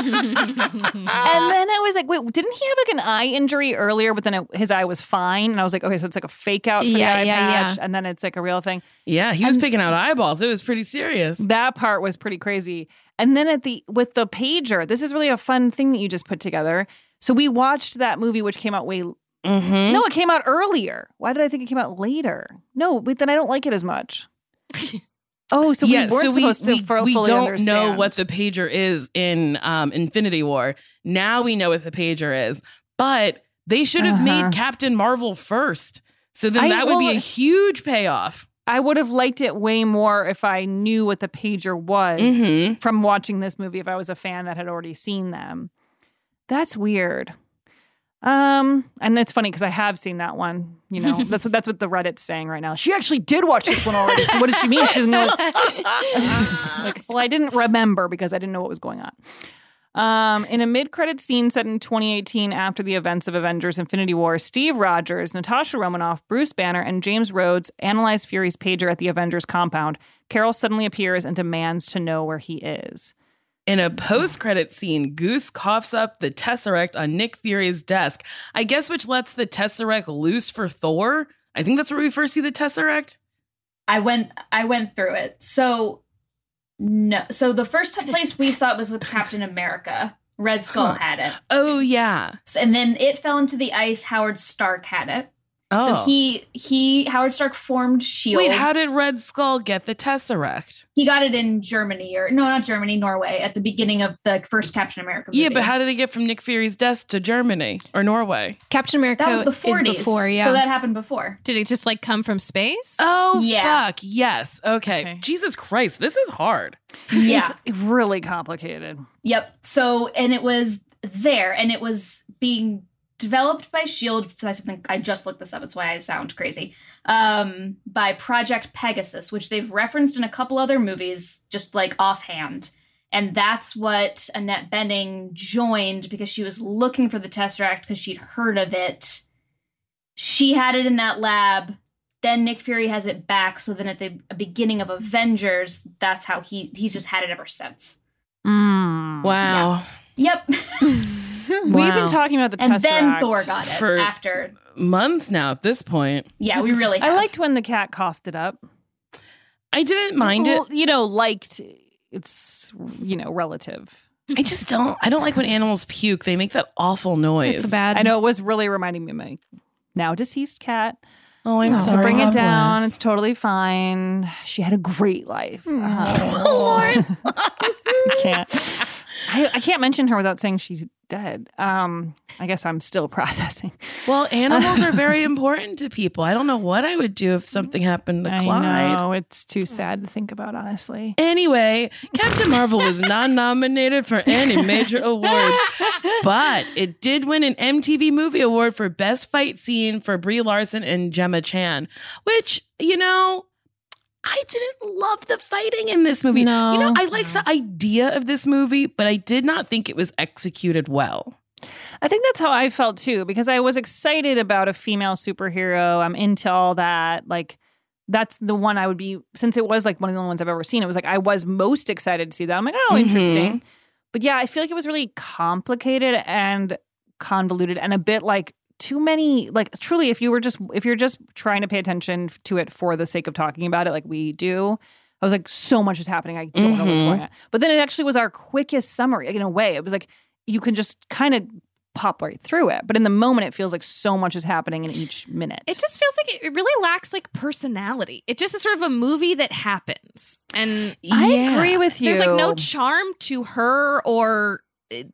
D: Uh,
E: and then I was like, wait, didn't he have like an eye injury earlier? But then it, his eye was fine, and I was like, okay, so it's like a fake out for
D: Yeah,
E: the eye
D: yeah,
E: patch,
D: yeah.
E: and then it's like a real thing.
D: Yeah, he was picking out eyeballs. It was pretty serious.
E: That part was pretty crazy. And then at the with the pager, this is really a fun thing that you just put together. So we watched that movie, which came out way.
D: Mhm.
E: No, it came out earlier. Why did I think it came out later? No, but then I don't like it as much. oh, so
D: Yeah,
E: we weren't supposed to
D: we,
E: fu-
D: we
E: fully
D: don't know
E: understand.
D: what the pager is in um, Infinity War. Now we know what the pager is, but they should have
E: Uh-huh.
D: made Captain Marvel first. So then
E: I-
D: that would be a
E: well-
D: huge payoff.
E: I would have liked it way more if I knew what the pager was
D: Mhm.
E: from watching this movie. If I was a fan that had already seen them, that's weird. Um, and it's funny because I have seen that one. You know, that's what that's what the Reddit's saying right now. She actually did watch this one already. So what does she mean? She doesn't know. like, well, I didn't remember because I didn't know what was going on. Um, in a mid-credit scene set in 2018 after the events of Avengers Infinity War, Steve Rogers, Natasha Romanoff, Bruce Banner, and James Rhodes analyze Fury's pager at the Avengers compound. Carol suddenly appears and demands to know where he is.
D: In a post credit scene, Goose coughs up the Tesseract on Nick Fury's desk, I guess which lets the Tesseract loose for Thor. I think that's where we first see the Tesseract.
G: I went I went through it. So no so the first t- place we saw it was with Captain America. Red Skull
D: Huh.
G: had it.
D: Oh, yeah.
G: So- And then it fell into the ice. Howard Stark had it.
D: Oh.
G: So he he Howard Stark formed Shield.
D: Wait, how did Red Skull get the Tesseract?
G: E he got it in Germany or no, not Germany, Norway at the beginning of the first Captain America movie.
D: Yeah, but how did it get from Nick Fury's desk to Germany or Norway?
F: Captain America
G: that was the
F: is
G: 40s.
F: before, yeah.
G: So that happened before.
H: Did it just like come from space?
D: Oh
G: Yeah.
D: fuck, yes. Okay. Jesus Christ, this is hard.
G: Yeah.
E: It's really complicated.
G: Yep. So, and it was there, and it was being developed by Shield. By something I E just looked this up. It's why I sound crazy. Um, by Project Pegasus, which they've referenced in a couple other movies, just like offhand. And that's what Annette Benning joined because she was looking for the Tesseract because she'd heard of it. She had it in that lab. Then Nick Fury has it back. So then at the beginning of Avengers, that's how he he's just had it ever since.
E: Mm.
D: Wow.
G: Yep.
E: We've been talking about the
G: and
E: Tesseract.
G: then Thor got it
D: for-
G: after.
D: Months now at this point.
G: Yeah, we really.
E: I
G: have.
E: liked when the cat coughed it up.
D: I didn't mind it.
E: Well, You know, liked. It's you know relative.
D: I just don't I don't like when animals puke. They make that awful noise.
F: it's a bad.
E: I know it was really reminding me of my now deceased cat.
D: Oh, I'm
F: Oh.
D: sorry.
E: to bring
D: God
E: it down.
D: bless.
E: It's totally fine. She had a great life. Uh,
F: Lord.
E: I can't. I, I can't mention her without saying she's dead. Um, I guess I'm still processing.
D: Well, animals are very important to people. I don't know what I would do if something happened to
E: I
D: Clyde.
E: know it's too sad to think about. Honestly,
D: Anyway, Captain Marvel was not nominated for any major awards, but it did win an MTV Movie Award for Best Fight Scene for Brie Larson and Gemma Chan, which, you know, I didn't love the fighting in this movie.
F: No.
D: You know, I like the idea of this movie, but I did not think it was executed well.
E: I think that's how I felt too because I was excited about a female superhero. I'm into all that. Like that's the one I would be since it was like one of the only ones I've ever seen. It was like I was most excited to see that. I'm like, oh,
D: Mhm.
E: interesting. But yeah, I feel like it was really complicated and convoluted and a bit like too many like truly if you were just if you're just trying to pay attention to it for the sake of talking about it like we do i was like so much is happening i don't know what's
D: Mhm.
E: going on but then it actually was our quickest summary like, in a way it was like you can just kind of pop right through it. But in the moment, it feels like so much is happening in each minute.
H: It just feels like it- it really lacks like personality. It just is sort of a movie that happens. And
E: I agree with you.
H: there's like no charm to eh, her or.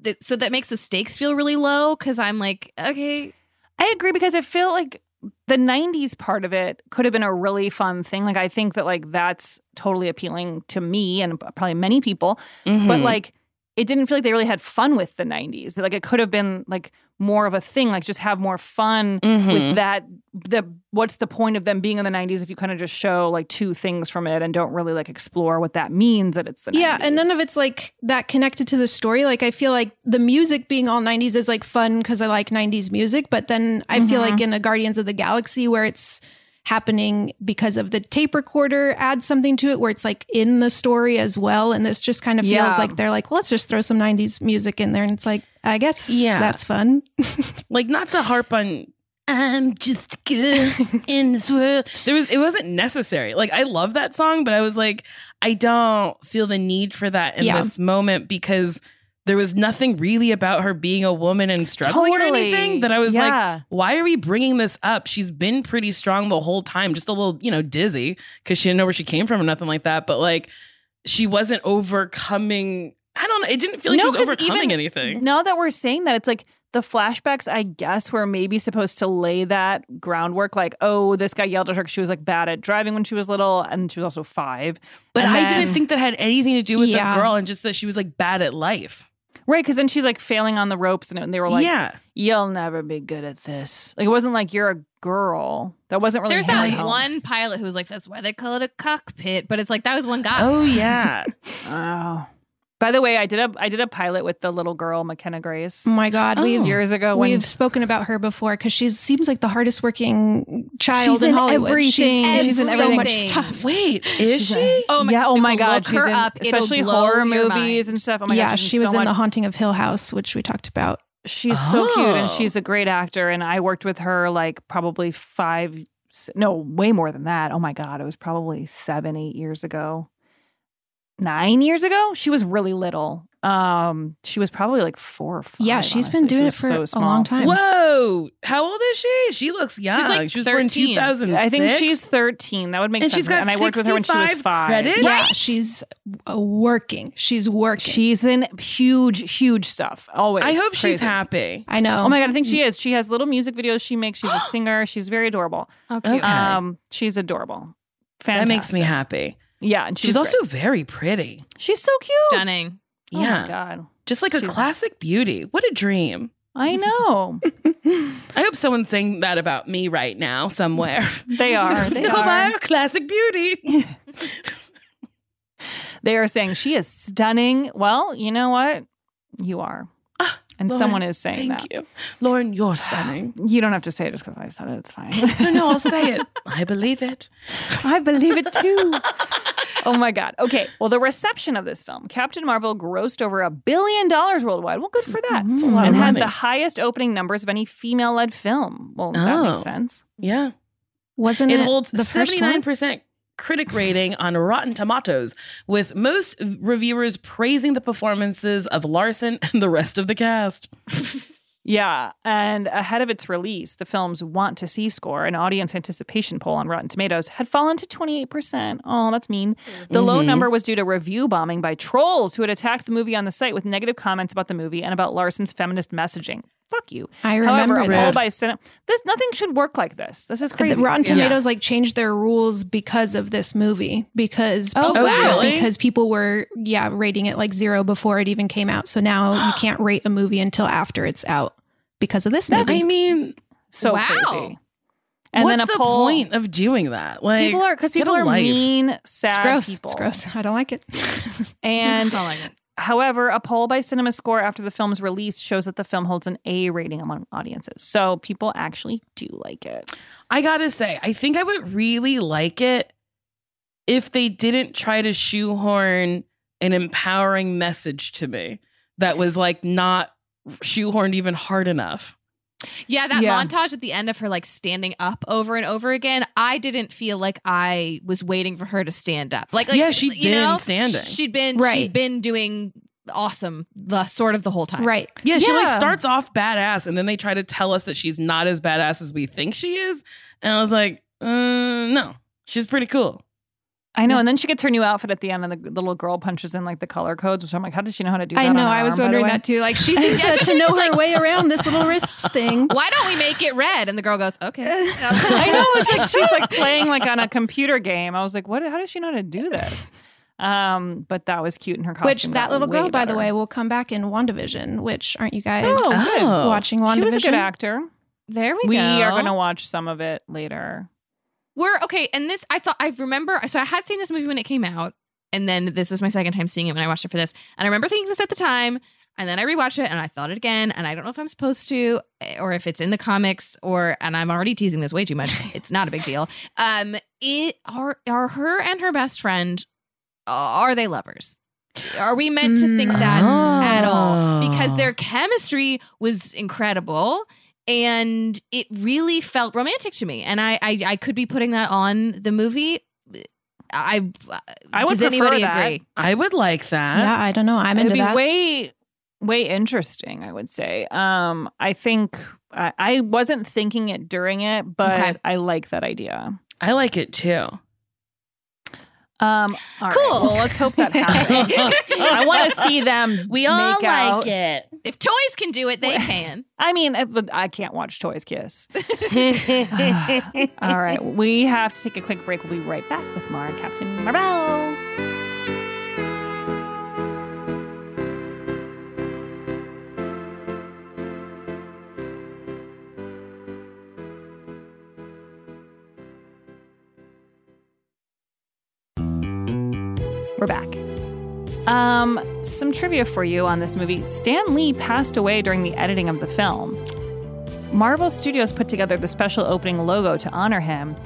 H: That, so that makes the stakes feel really low because I'm like, okay,
E: I agree because I feel like the 90s part of it could have been a really fun thing. Like, I think that, like, that's totally appealing to me and probably many people. But,
D: Mhm.
E: like, it didn't feel like they really had fun with the 90s. That, Like, it could have been, like, more of a thing, like, just have more fun
D: Mhm.
E: with that. The What's the point of them being in the 90s if you kind of just show, like, two things from it and don't really, like, explore what that means that it's the 90s?
F: yeah, and none of it's like that connected to the story. Like I feel like the music being all 90s is like fun because I like 90s music, but then I feel
L: Mhm.
F: like in a Guardians of the Galaxy where it's happening because of the tape recorder adds something to it where it's like in the story as well and this just kind of feels
D: Yeah.
F: like they're like well let's just throw some 90s music in there and it's like I guess
D: Yeah.
F: that's fun.
D: like not to harp on I'm just good in this world. There was it wasn't necessary. Like I love that song, but I was like, I don't feel the need for that in
E: Yeah.
D: this moment because there was nothing really about her being a woman and struggling or
E: Totally.
D: anything that I was
E: Yeah.
D: like, why are we bringing this up? She's been pretty strong the whole time, just a little, you know, dizzy because she didn't know where she came from or nothing like that. But like, she wasn't overcoming. I don't know. It didn't feel like she was
E: 'cause
D: overcoming
E: even
D: anything.
E: Now that we're saying that, it's like the flashbacks, I guess, were maybe supposed to lay that groundwork. Like, oh, this guy yelled at her because she was like bad at driving when she was little, and she was also five.
D: But
E: And
D: I
E: then-
D: didn't think that had anything to do with
E: Yeah.
D: the girl and just that she was like bad at life.
E: right because then she's like failing on the ropes, and, it- and they were like,
D: Yeah.
E: you'll never be good at this." Like, it wasn't like you're a girl. That wasn't really.
H: There's that
E: hammered home.
H: one pilot who was like, "That's why they call it a cockpit," but it's like that was one
D: ah.
H: guy.
E: oh. By the way, I did a I did a pilot with the little girl McKenna Grace.
F: Oh my God, we've
E: years ago when
F: we've spoken about her before because she seems like the hardest working child
E: She's
F: in,
E: in
F: Hollywood.
E: everything.
F: She's,
E: She's in
F: so much
E: everything.
F: stuff.
D: Wait, is she?
H: Oh my,
E: yeah, oh my God,
H: look her up. It'll
E: especially
H: blow
E: horror
H: your
E: movies and stuff. Oh my
F: yeah,
E: God, she's
F: she was
E: so
F: in
E: much.
F: The Haunting of Hill House, which we talked about.
E: She's so cute and
F: Oh.
E: she's a great actor. And I worked with her like probably five, s- no, way more than that. Oh my God. It was probably seven, eight years ago, nine years ago. She was really little. Um, she was probably like four or five.
F: Yeah,
E: she's
F: she's been doing it for a long time.
D: Whoa. How old is she? She looks young.
E: like,
D: she was born in
E: 13.
D: 2006.
E: I think she's 13. That would make
D: And
E: sense.
D: she's got
E: and I worked with her when she was
D: 65
E: five.
D: credits?
F: Yeah, she's uh, working. She's working.
E: She's in huge, huge stuff. Always.
D: I hope she's
E: Crazy.
D: happy.
F: I know.
E: Oh my god, I think she is. She has little music videos she makes. She's a singer. She's very adorable.
H: Oh, cute. Okay.
E: Um, she's adorable.
D: That
E: Fantastic.
D: makes me happy.
E: Yeah, and
D: She's, also very pretty.
E: she's so cute.
H: Stunning.
E: Oh
D: yeah.
E: my god,
D: Just like a classic beauty. What a dream.
E: I know
D: I hope someone's saying that about me right now somewhere.
E: they are. They
D: Nicole
E: are.
D: Meyer, classic beauty.
E: They are saying she is stunning. Well, you know what? You are. And
D: Lauren,
E: someone is saying
D: Ah, Thank
E: that.
D: you. Lauren, you're stunning.
E: You don't have to say it just because I said it. It's fine.
D: no, no, I'll say it. I believe it.
E: I believe it too. oh my God. Okay. Well, the reception of this film, Captain Marvel grossed over a billion dollars worldwide. Well, good for that.
D: it's a lot
E: and
D: of
E: had
D: money.
E: the highest opening numbers of any female led film. Well, that makes
D: Oh.
E: sense.
D: Yeah.
F: Wasn't it,
D: it holds
F: the first one?
D: 79% critic rating on Rotten Tomatoes, with most reviewers praising the performances of Larson and the rest of the cast.
E: Yeah. And ahead of its release, the film's Want to See score, an audience anticipation poll on Rotten Tomatoes, had fallen to 28%. Oh, that's mean. The low
D: Mhm.
E: number was due to review bombing by trolls who had attacked the movie on the site with negative comments about the movie and about Larson's feminist messaging. Fuck you.
F: I remember
E: However, a
F: that.
E: poll by Cine- this nothing should work like this. This is crazy.
F: The Rotten
E: Yeah.
F: Tomatoes like changed their rules because of this movie because
E: Oh,
F: people,
E: wow. really?
F: because people were yeah rating it like zero before it even came out. So now you can't rate a movie until after it's out because of this movie.
D: I mean,
E: So
H: Wow.
E: crazy. And
D: what's
E: then a
D: the
E: poll.
D: point of doing that? Like
E: people are because
D: get
E: people
D: a
E: are
D: life.
E: mean, sad
F: it's gross.
E: people.
F: It's gross. I don't like it.
E: And
H: I like it.
E: However, a poll by CinemaScore after the film's release shows that the film holds an A rating among audiences. So people actually do like it.
D: I gotta say, I think I would really like it if they didn't try to shoehorn an empowering message to me that was like not shoehorned even hard enough.
H: Yeah, that
E: Yeah.
H: montage at the end of her like standing up over and over again, I didn't feel like I was waiting for her to stand up. Like, like
D: Yeah, she'd
H: you
D: been
H: know,
D: standing.
H: She'd been
F: Right.
H: she'd been doing awesome the sort of the whole time.
F: right.
D: Yeah, she like
E: Yeah.
D: starts off badass and then they try to tell us that she's not as badass as we think she is. And I was like, uh, no, she's pretty cool.
E: I know. And then she gets her new outfit at the end, and the little girl punches in like the color codes, which I'm like, how did she know how to do that?
F: I
E: on
F: know.
E: her
F: I
E: arm,
F: was
E: by the
F: wondering
E: way?
F: that too. Like she seems to, to know her way around this little wrist thing.
H: Why don't we make it red? And the girl goes, okay. And I was like,
E: I know. It's like she's like playing like on a computer game. I was like, what? How does she know how to do this? Um, but that was cute in her costume.
F: Which that
E: got
F: little girl,
E: way
F: by the
E: better.
F: way, will come back in WandaVision. Which aren't you guys
E: Oh, good.
F: watching WandaVision?
E: she was a good actor.
H: there we,
E: We
H: go.
E: are going to watch some of it later.
H: We're okay, and this I thought I remember. So I had seen this movie when it came out, and then this was my second time seeing it when I watched it for this. And I remember thinking this at the time, and then I rewatched it and I thought it again. And I don't know if I'm supposed to, eh, or if it's in the comics, or and I'm already teasing this way too much. it's not a big deal. Um, it are are her and her best friend uh, are they lovers? Are we meant to think that at all?
D: Ah. Uh.
H: Because their chemistry was incredible and it really felt romantic to me. And I I, I could be putting that on the movie. I,
E: I would
H: does
E: prefer
H: anybody
E: that.
H: agree?
D: I would like that.
F: Yeah, I don't know. I'm
E: It'd
F: into
E: be
F: that.
E: way, way interesting. I would say. Um, I think I, I wasn't thinking it during it, but
H: Okay.
E: I like that idea.
D: I like it too.
E: Um, all right.
H: Cool.
E: Well, let's hope that happens. I want to see them.
D: We all
E: make out.
D: like it.
H: If toys can do it, they can.
E: I mean, I, but I can't watch toys kiss. all right, we have to take a quick break. We'll be right back with more Captain Marvel. We're back. Um, some trivia for you on this movie. Stan Lee passed away during the editing of the film. Marvel Studios put together the special opening logo to honor him.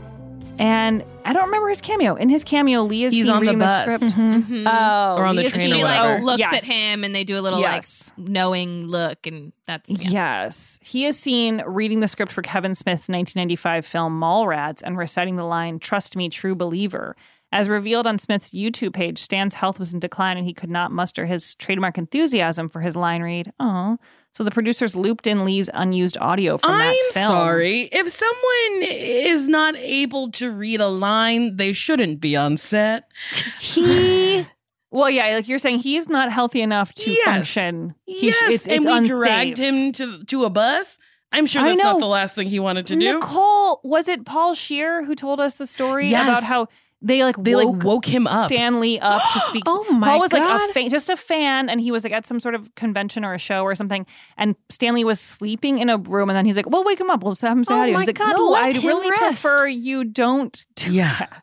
E: And I don't remember his cameo. In his cameo, Lee is
D: He's
E: seen
D: on the
E: reading
D: bus. Mm-hmm.
E: script.
H: Mhm.
E: Oh,
D: Or on the
E: Lee is
D: train
H: And
D: or
H: she
E: seen-
H: like
D: whatever.
H: looks
E: yes.
H: at him and they do a little
E: Yes.
H: like knowing look, and that's
E: Yes. He is seen reading the script for Kevin Smith's 1995 film Mallrats and reciting the line, Trust me, true believer. As revealed on Smith's YouTube page, Stan's health was in decline and he could not muster his trademark enthusiasm for his line read. Oh. So the producers looped in Lee's unused audio from
D: I'm
E: that film.
D: sorry. If someone is not able to read a line, they shouldn't be on set.
E: He. Well, yeah, like you're saying, he's not healthy enough to
D: Yes.
E: function. He sh-
D: yes,
E: it's,
D: and
E: it's
D: we
E: unsafe.
D: dragged him to to a bus. I'm sure
E: I
D: that's not
E: know.
D: the last thing he wanted to do.
E: Nicole, was it Paul Shear who told us the story
D: Yes.
E: about how they like
D: they
E: woke,
D: like woke him up.
E: Stanley up to speak?
F: Oh my
E: Paul was like
F: God.
E: a fan, just a fan, and he was like at some sort of convention or a show or something, and Stanley was sleeping in a room, and then he's like, "Well, wake him up. We'll have him say
F: Oh
E: hi to you."
F: my
E: He's like,
F: God,
E: "No,
F: let
E: I
F: him
E: really
F: rest."
E: prefer you don't." Do
D: Yeah.
E: that.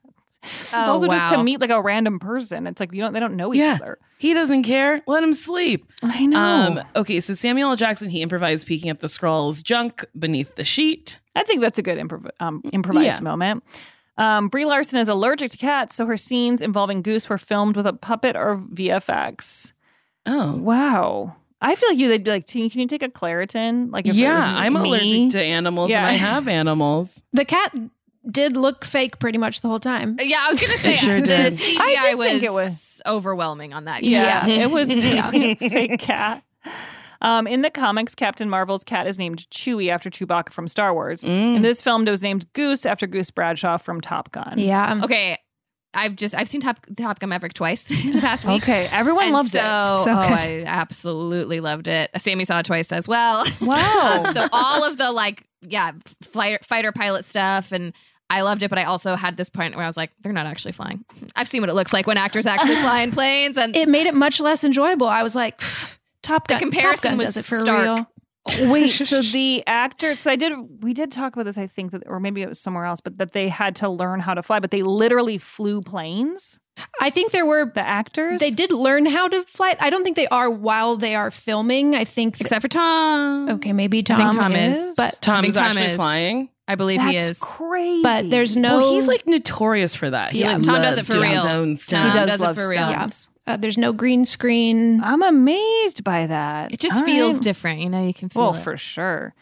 H: Oh,
E: also just
H: wow.
E: to meet like a random person. It's like you don't they don't know each
D: Yeah.
E: other.
D: he doesn't care. Let him sleep.
E: I know.
D: Um, okay, so Samuel L. Jackson he improvised peeking at the scrawls junk beneath the sheet.
E: I think that's a good improv- um, improvised
D: Yeah.
E: moment. Um, Brie Larson is allergic to cats, so her scenes involving Goose were filmed with a puppet or VFX.
D: Oh.
E: Wow. I feel like you. They'd be like, "Can you- can you take a Claritin?" Like, if it
D: yeah,
E: was m-
D: I'm
E: me.
D: allergic to animals
E: Yeah.
D: and I have animals.
F: The cat did look fake pretty much the whole time.
H: Yeah, I was gonna say
D: sure
H: the
D: did.
H: CGI
E: I did
H: was,
E: think it was-
H: overwhelming on that.
E: Yeah,
F: Yeah.
E: it was fake cat. Um, in the comics, Captain Marvel's cat is named Chewie after Chewbacca from Star Wars.
D: Mm.
E: In this film, it was named Goose after Goose Bradshaw from Top Gun.
D: Oh,
F: Yeah.
H: Okay, I've just I've seen Top Top Gun Maverick twice in the past
D: Oh,
H: week.
E: Okay, everyone
H: and
E: loves
H: so,
E: it.
H: Oh,
F: So
H: I absolutely loved it. Sammy saw it twice as well.
E: Wow.
H: Uh, so all of the like, yeah, fighter fighter pilot stuff, and I loved it. But I also had this point where I was like, they're not actually flying. I've seen what it looks like when actors actually fly in planes, and
F: It made it much less enjoyable. I was like, Top
H: The
F: Gun.
H: comparison
F: Top Gun
H: was
F: does it for
H: stark.
F: real.
E: Wait, so the actors, because I did, we did talk about this, I think, that, or maybe it was somewhere else, but that they had to learn how to fly, but they literally flew planes,
F: I think there were.
E: the actors.
F: They did learn how to fly. I don't think they are while they are filming. I think.
H: except for Tom.
F: okay, maybe Tom.
H: think Tom is.
F: But
D: Tom's
H: Tom
D: actually
H: is-
D: flying.
H: I believe
E: That's
H: he is.
E: crazy.
F: but there's no.
D: well, he's like notorious for that. He
F: Yeah,
D: like
H: Tom
D: loves
H: does it for
D: doing
H: real.
D: his own stuff.
E: he
H: Tom
E: does,
H: does it
E: love
H: for real.
F: Yeah.
E: stunts.
F: uh, there's no green screen.
H: Uh,
E: I'm amazed by that.
H: It just
E: All
H: feels
E: right.
H: different, you know. You can feel
E: Well,
H: it.
E: for sure.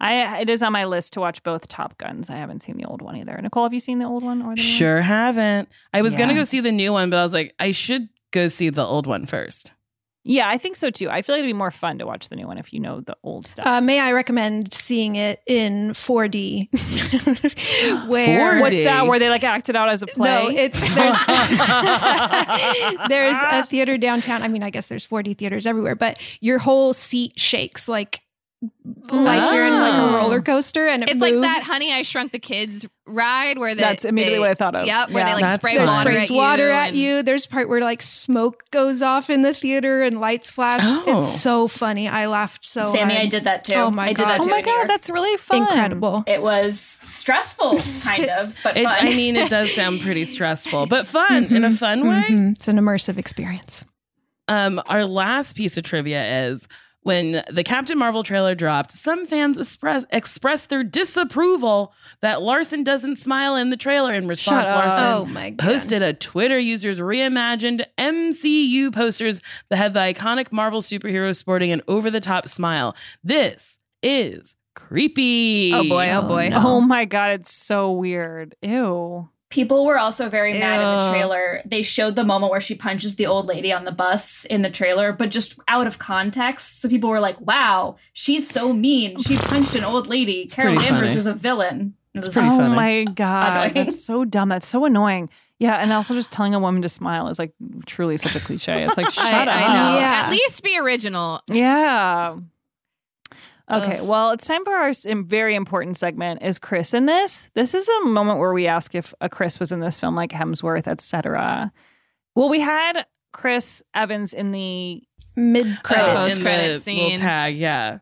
E: I It is on my list to watch both Top Guns. I haven't seen the old one either. Nicole, have you seen the old one or the new one?
D: Sure haven't. I was gonna
E: Yeah.
D: go see the new one, but I was like, I should go see the old one first.
E: Yeah, I think so too. I feel like it'd be more fun to watch the new one if you know the old stuff.
F: Uh, may I recommend seeing it in 4D? where
E: What's that? Where they like acted out as a play?
F: No, it's there's there's a theater downtown. I mean, I guess there's 4D theaters everywhere, but your whole seat shakes like like you're in like a
H: Oh.
F: roller coaster, and it
H: it's like that
F: moves.
H: Honey I Shrunk the Kids ride where they,
E: That's immediately
H: they-
E: what I thought of.
H: Yep, where
E: Yeah.
H: they like
E: That's
H: spray
E: fun.
F: There's
H: water
F: sprays
H: at
F: water
H: you.
F: at
H: and-
F: you. There's a part where like smoke goes off in the theater and lights flash.
D: Oh.
F: It's so funny. I laughed so.
G: Sammy,
F: hard.
G: I did that too.
F: Oh my
G: I did
F: god!
G: that
E: oh
G: too.
E: my
G: in
E: god,
G: here.
E: that's really fun.
F: Incredible.
G: It was stressful, kind of, but
D: It,
G: fun.
D: I mean, it does sound pretty stressful, but fun in a fun way.
F: Mhm. It's an immersive experience.
D: Um, our last piece of trivia is when the Captain Marvel trailer dropped, some fans express, expressed their disapproval that Larson doesn't smile in the trailer. In response,
E: up.
D: Larson
F: Oh my god!
D: posted a Twitter user's reimagined MCU posters that had the iconic Marvel superhero sporting an over the top smile. This is creepy.
H: Oh boy, oh
F: Oh,
H: boy.
F: no.
E: Oh my god, it's so weird. Ew.
G: People were also very mad at the
H: Ew.
G: trailer. They showed the moment where she punches the old lady on the bus in the trailer, but just out of context. So people were like, wow, she's so mean. She punched an old lady. Carol
D: pretty
G: Danvers
D: funny.
G: is a villain. It was
D: pretty
E: oh
D: funny.
E: my god,
G: Annoying.
E: that's so dumb. That's so annoying. Yeah, and also just telling a woman to smile is like truly such a cliche. It's like shut
H: I,
E: up.
H: I know.
F: Yeah.
H: At least be original.
E: Yeah. Okay, well, it's time for our s- im- very important segment. Is Chris in this? This is a moment where we ask if a Chris was in this film, like Hemsworth, etc. Well, we had Chris Evans in the.
F: Mid
D: Oh,
F: credits.
D: in
H: Post-credit
D: the
H: scene.
D: little tag, yeah.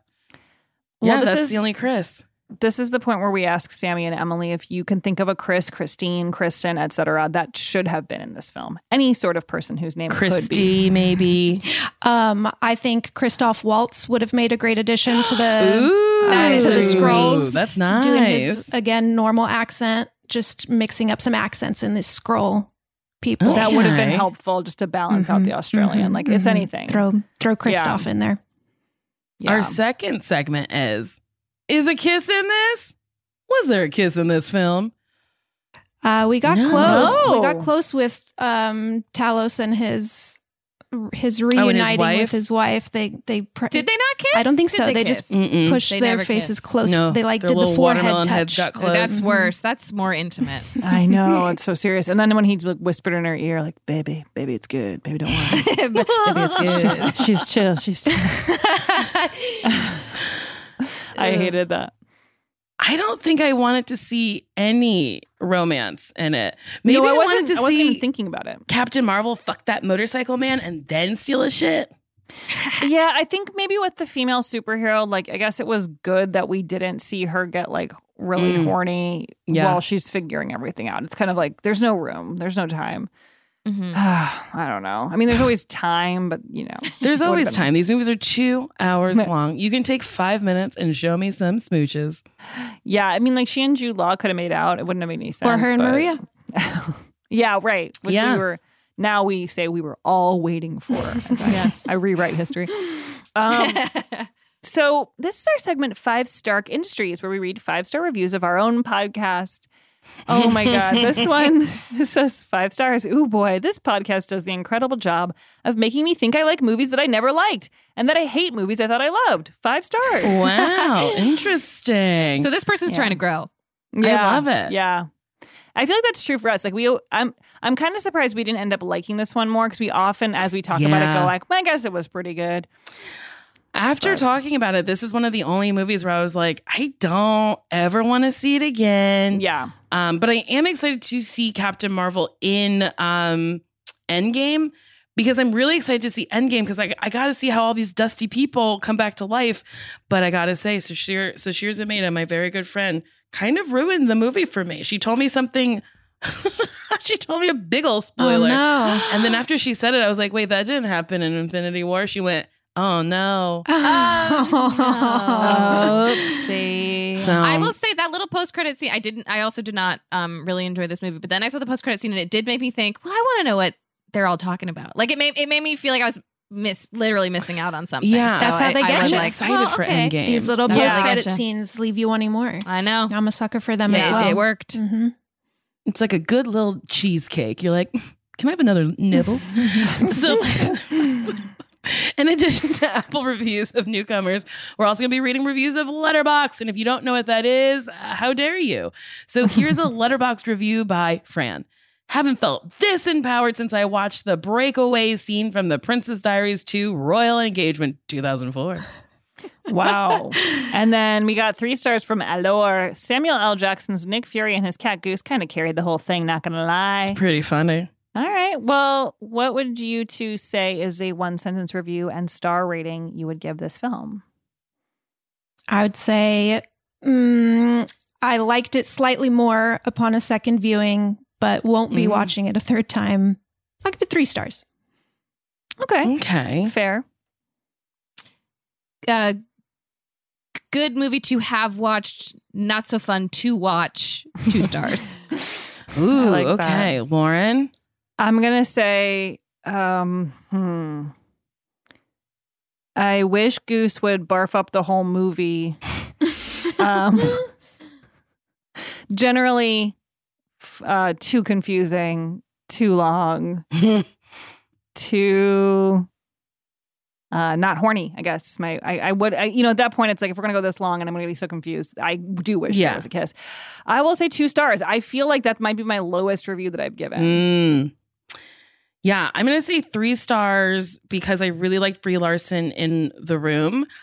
E: Well,
D: yeah,
E: this
D: that's
E: is
D: the only Chris.
E: this is the point where we ask Sammy and Emily if you can think of a Chris, Christine, Kristen, etc. That should have been in this film. Any sort of person whose name could be.
D: Christy, maybe.
F: Um, I think Christoph Waltz would have made a great addition to
E: Um,
F: the
D: Ooh,
H: That
F: to
H: is
F: the
H: Ooh,
F: scrolls.
D: That's
F: Doing his
D: nice.
E: uh,
F: again normal accent, just mixing up some accents in this scroll. People
D: Is
E: That would have been
D: Okay.
E: helpful just to balance out
F: Mhm,
E: the Australian.
F: mhm,
E: like it's
F: mhm.
E: anything.
F: Throw throw Christoph in there.
E: Yeah.
D: Our second segment is Is a kiss in this? Was there a kiss in this film?
F: Uh, we got
D: No.
F: close. We
H: Oh.
F: got
E: No.
F: close with um, Talos and his
H: Oh,
F: his reuniting
D: wife?
F: with his wife. They they pr-
H: Did they not kiss?
F: I don't think
H: Did
F: so. They,
H: kiss?
F: just
D: Mm-mm.
F: pushed
H: They
F: their
H: never
F: faces
H: kissed.
F: close.
D: No.
F: they like
D: Their
F: did the
D: little
F: forehead
D: watermelon heads
F: touch.
D: got close.
H: That's
F: Mhm.
H: worse. That's more intimate.
E: I know it's so serious. And then when he's like whispered in her ear, like "Baby, baby, it's good. Baby, don't worry.
H: But it is good.
E: she's, she's chill. She's." Chill. I hated that.
D: I don't think I wanted to see any romance in it. Maybe
E: no, I
D: I,
E: wasn't.
D: wanted to
E: I wasn't
D: see
E: even thinking about it.
D: Captain Marvel fuck that motorcycle man and then steal his shit.
E: Yeah, I think maybe with the female superhero, like I guess it was good that we didn't see her get like really
D: Mm.
E: horny
D: Yeah.
E: while she's figuring everything out. It's kind of like there's no room, there's no time.
F: Mm-hmm.
H: Mhm.
E: I don't know. I mean, there's always time, but you know,
D: There's
E: Would've
D: always
E: been-
D: time. These movies are two hours
E: Ma-
D: long. You can take five minutes and show me some smooches.
E: Yeah, I mean, like she and Jude Law could have made out. It wouldn't have made any sense.
F: Or her and
E: but-
F: Maria.
E: yeah, right. Which
D: Yeah.
E: We were, now we say we were all waiting for. yes. I rewrite history. Um, so this is our segment Five Stark Industries, where we read five star reviews of our own podcast. Oh my God. This one this says five stars. Ooh, boy. This podcast does the incredible job of making me think I like movies that I never liked and that I hate movies I thought I loved. Five stars.
D: Wow, interesting.
H: So this person's
E: Yeah.
H: trying to grow.
D: I love it.
E: Yeah. I feel like that's true for us. Like we I'm I'm kind of surprised we didn't end up liking this one more because we often as we talk about it
D: Yeah.
E: go like, well, I guess it was pretty good.
D: After talking about it, this is one of the only movies where I was like, I don't ever want to see it again.
E: Yeah.
D: Um, but I am excited to see Captain Marvel in um, Endgame because I'm really excited to see Endgame because I, I got to see how all these dusty people come back to life. But I got to say, Sashir, Sashir Zameda, my very good friend, kind of ruined the movie for me. She told me something. she told me a big old spoiler.
F: Oh no.
D: And then after she said it, I was like, wait, that didn't happen in Infinity War. She went, oh no.
H: Um,
E: Oopsie.
D: So
H: I will say that little post credit scene. I didn't. I also did not um, really enjoy this movie. But then I saw the post credit scene, and it did make me think. Well, I want to know what they're all talking about. Like it made it made me feel like I was miss literally missing out on something.
D: Yeah.
H: So
F: That's how
H: I-
F: they
H: I
F: get
H: was
D: I'm
F: you.
H: like,
D: excited
H: well,
D: for
H: okay.
D: Endgame.
F: These little
H: Yeah.
F: post credit
H: Gotcha.
F: scenes leave you wanting more.
H: I know.
F: I'm a sucker for them
H: It,
F: as well.
H: it worked.
F: hmm
D: it's like a good little cheesecake. You're like, can I have another nibble? so In addition to Apple reviews of newcomers, we're also going to be reading reviews of Letterbox. And if you don't know what that is, uh, how dare you? So here's a Letterbox review by Fran. Haven't felt this empowered since I watched the breakaway scene from The Princess Diaries 2 Royal Engagement 2004.
E: Wow. and then we got three stars from Alor. Samuel L. Jackson's Nick Fury and his cat Goose kind of carried the whole thing, not going to lie.
D: It's pretty funny.
E: All right. Well, what would you two say is a one sentence review and star rating you would give this film?
F: I would say mm, I liked it slightly more upon a second viewing, but won't be
H: Mm-hmm.
D: Mm.
F: watching it a third time. I'll give it three stars.
E: Okay.
D: Okay.
E: Fair.
H: uh, good movie to have watched, not so fun to watch. Two stars.
D: Ooh,
E: like
D: okay. Lauren?
E: I'm going to say, um, hmm. I wish Goose would barf up the whole movie. um, generally, f- uh, too confusing, too long, too uh, not horny. I guess is my. I, I would. I, you know, at that point, it's like if we're gonna go this long, and I'm gonna be so confused. I do wish
D: Yeah.
E: there was a kiss. I will say two stars. I feel like that might be my lowest review that I've given.
D: Mm. Yeah, I'm gonna say three stars because I really liked Brie Larson in The Room.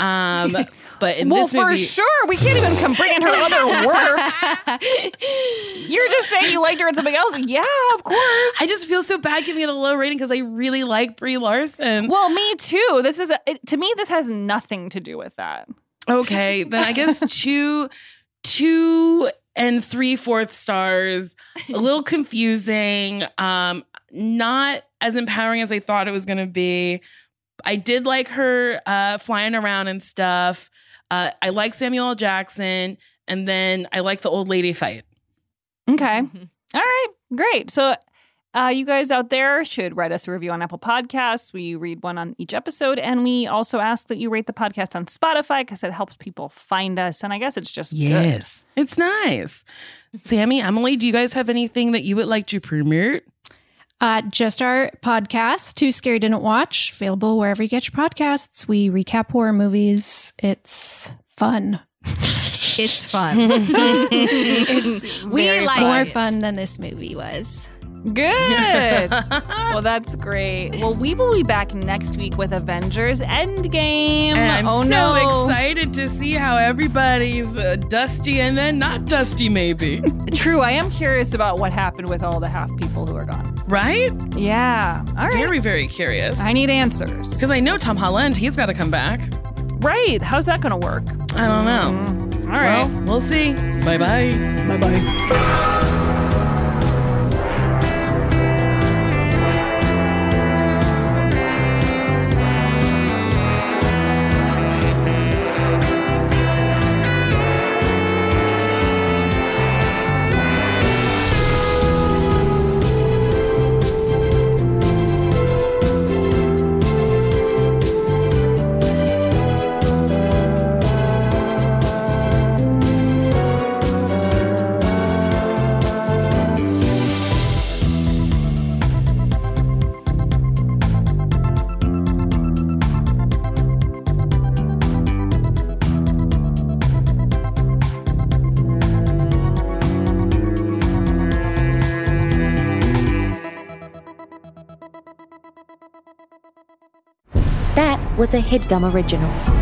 D: Um, but in
E: well,
D: this
E: for
D: movie,
E: sure, we can't even come bringing her other works. You're just saying you liked her in something else. Yeah, of course.
D: I just feel so bad giving it a low rating because I really like Brie Larson.
E: Well, me too. This is a, it, to me. This has nothing to do with that.
D: Okay, then I guess two, two and three fourth stars. A little confusing. Um, not as empowering as I thought it was gonna be. I did like her uh, flying around and stuff. Uh, I like Samuel L. Jackson, and then I like the old lady fight.
E: Okay. All right. Great. So, uh, you guys out there should write us a review on Apple Podcasts. We read one on each episode, and we also ask that you rate the podcast on Spotify because it helps people find us. And I guess it's just good.
D: Yes. It's nice. Sammy, Emily, do you guys have anything that you would like to premiere?
F: Uh, just our podcast, Too Scary Didn't Watch, available wherever you get your podcasts. We recap horror movies. It's fun.
H: it's fun.
F: it's
H: We
F: very
H: like
F: more
H: it.
F: fun than this movie was.
E: Good. well, that's great. Well, we will be back next week with Avengers Endgame.
D: And I'm
E: oh
D: so
E: no!
D: excited to see how everybody's uh, dusty and then not dusty, maybe.
E: True. I am curious about what happened with all the half people who are gone.
D: right?
E: Yeah. All right.
D: Very, very curious.
E: I need answers.
D: Because I know Tom Holland, he's got to come back.
E: Right. How's that going to work?
D: I don't know.
E: Mm. All right.
D: Well, we'll see. Bye bye.
E: bye bye.
K: That was a headgum original.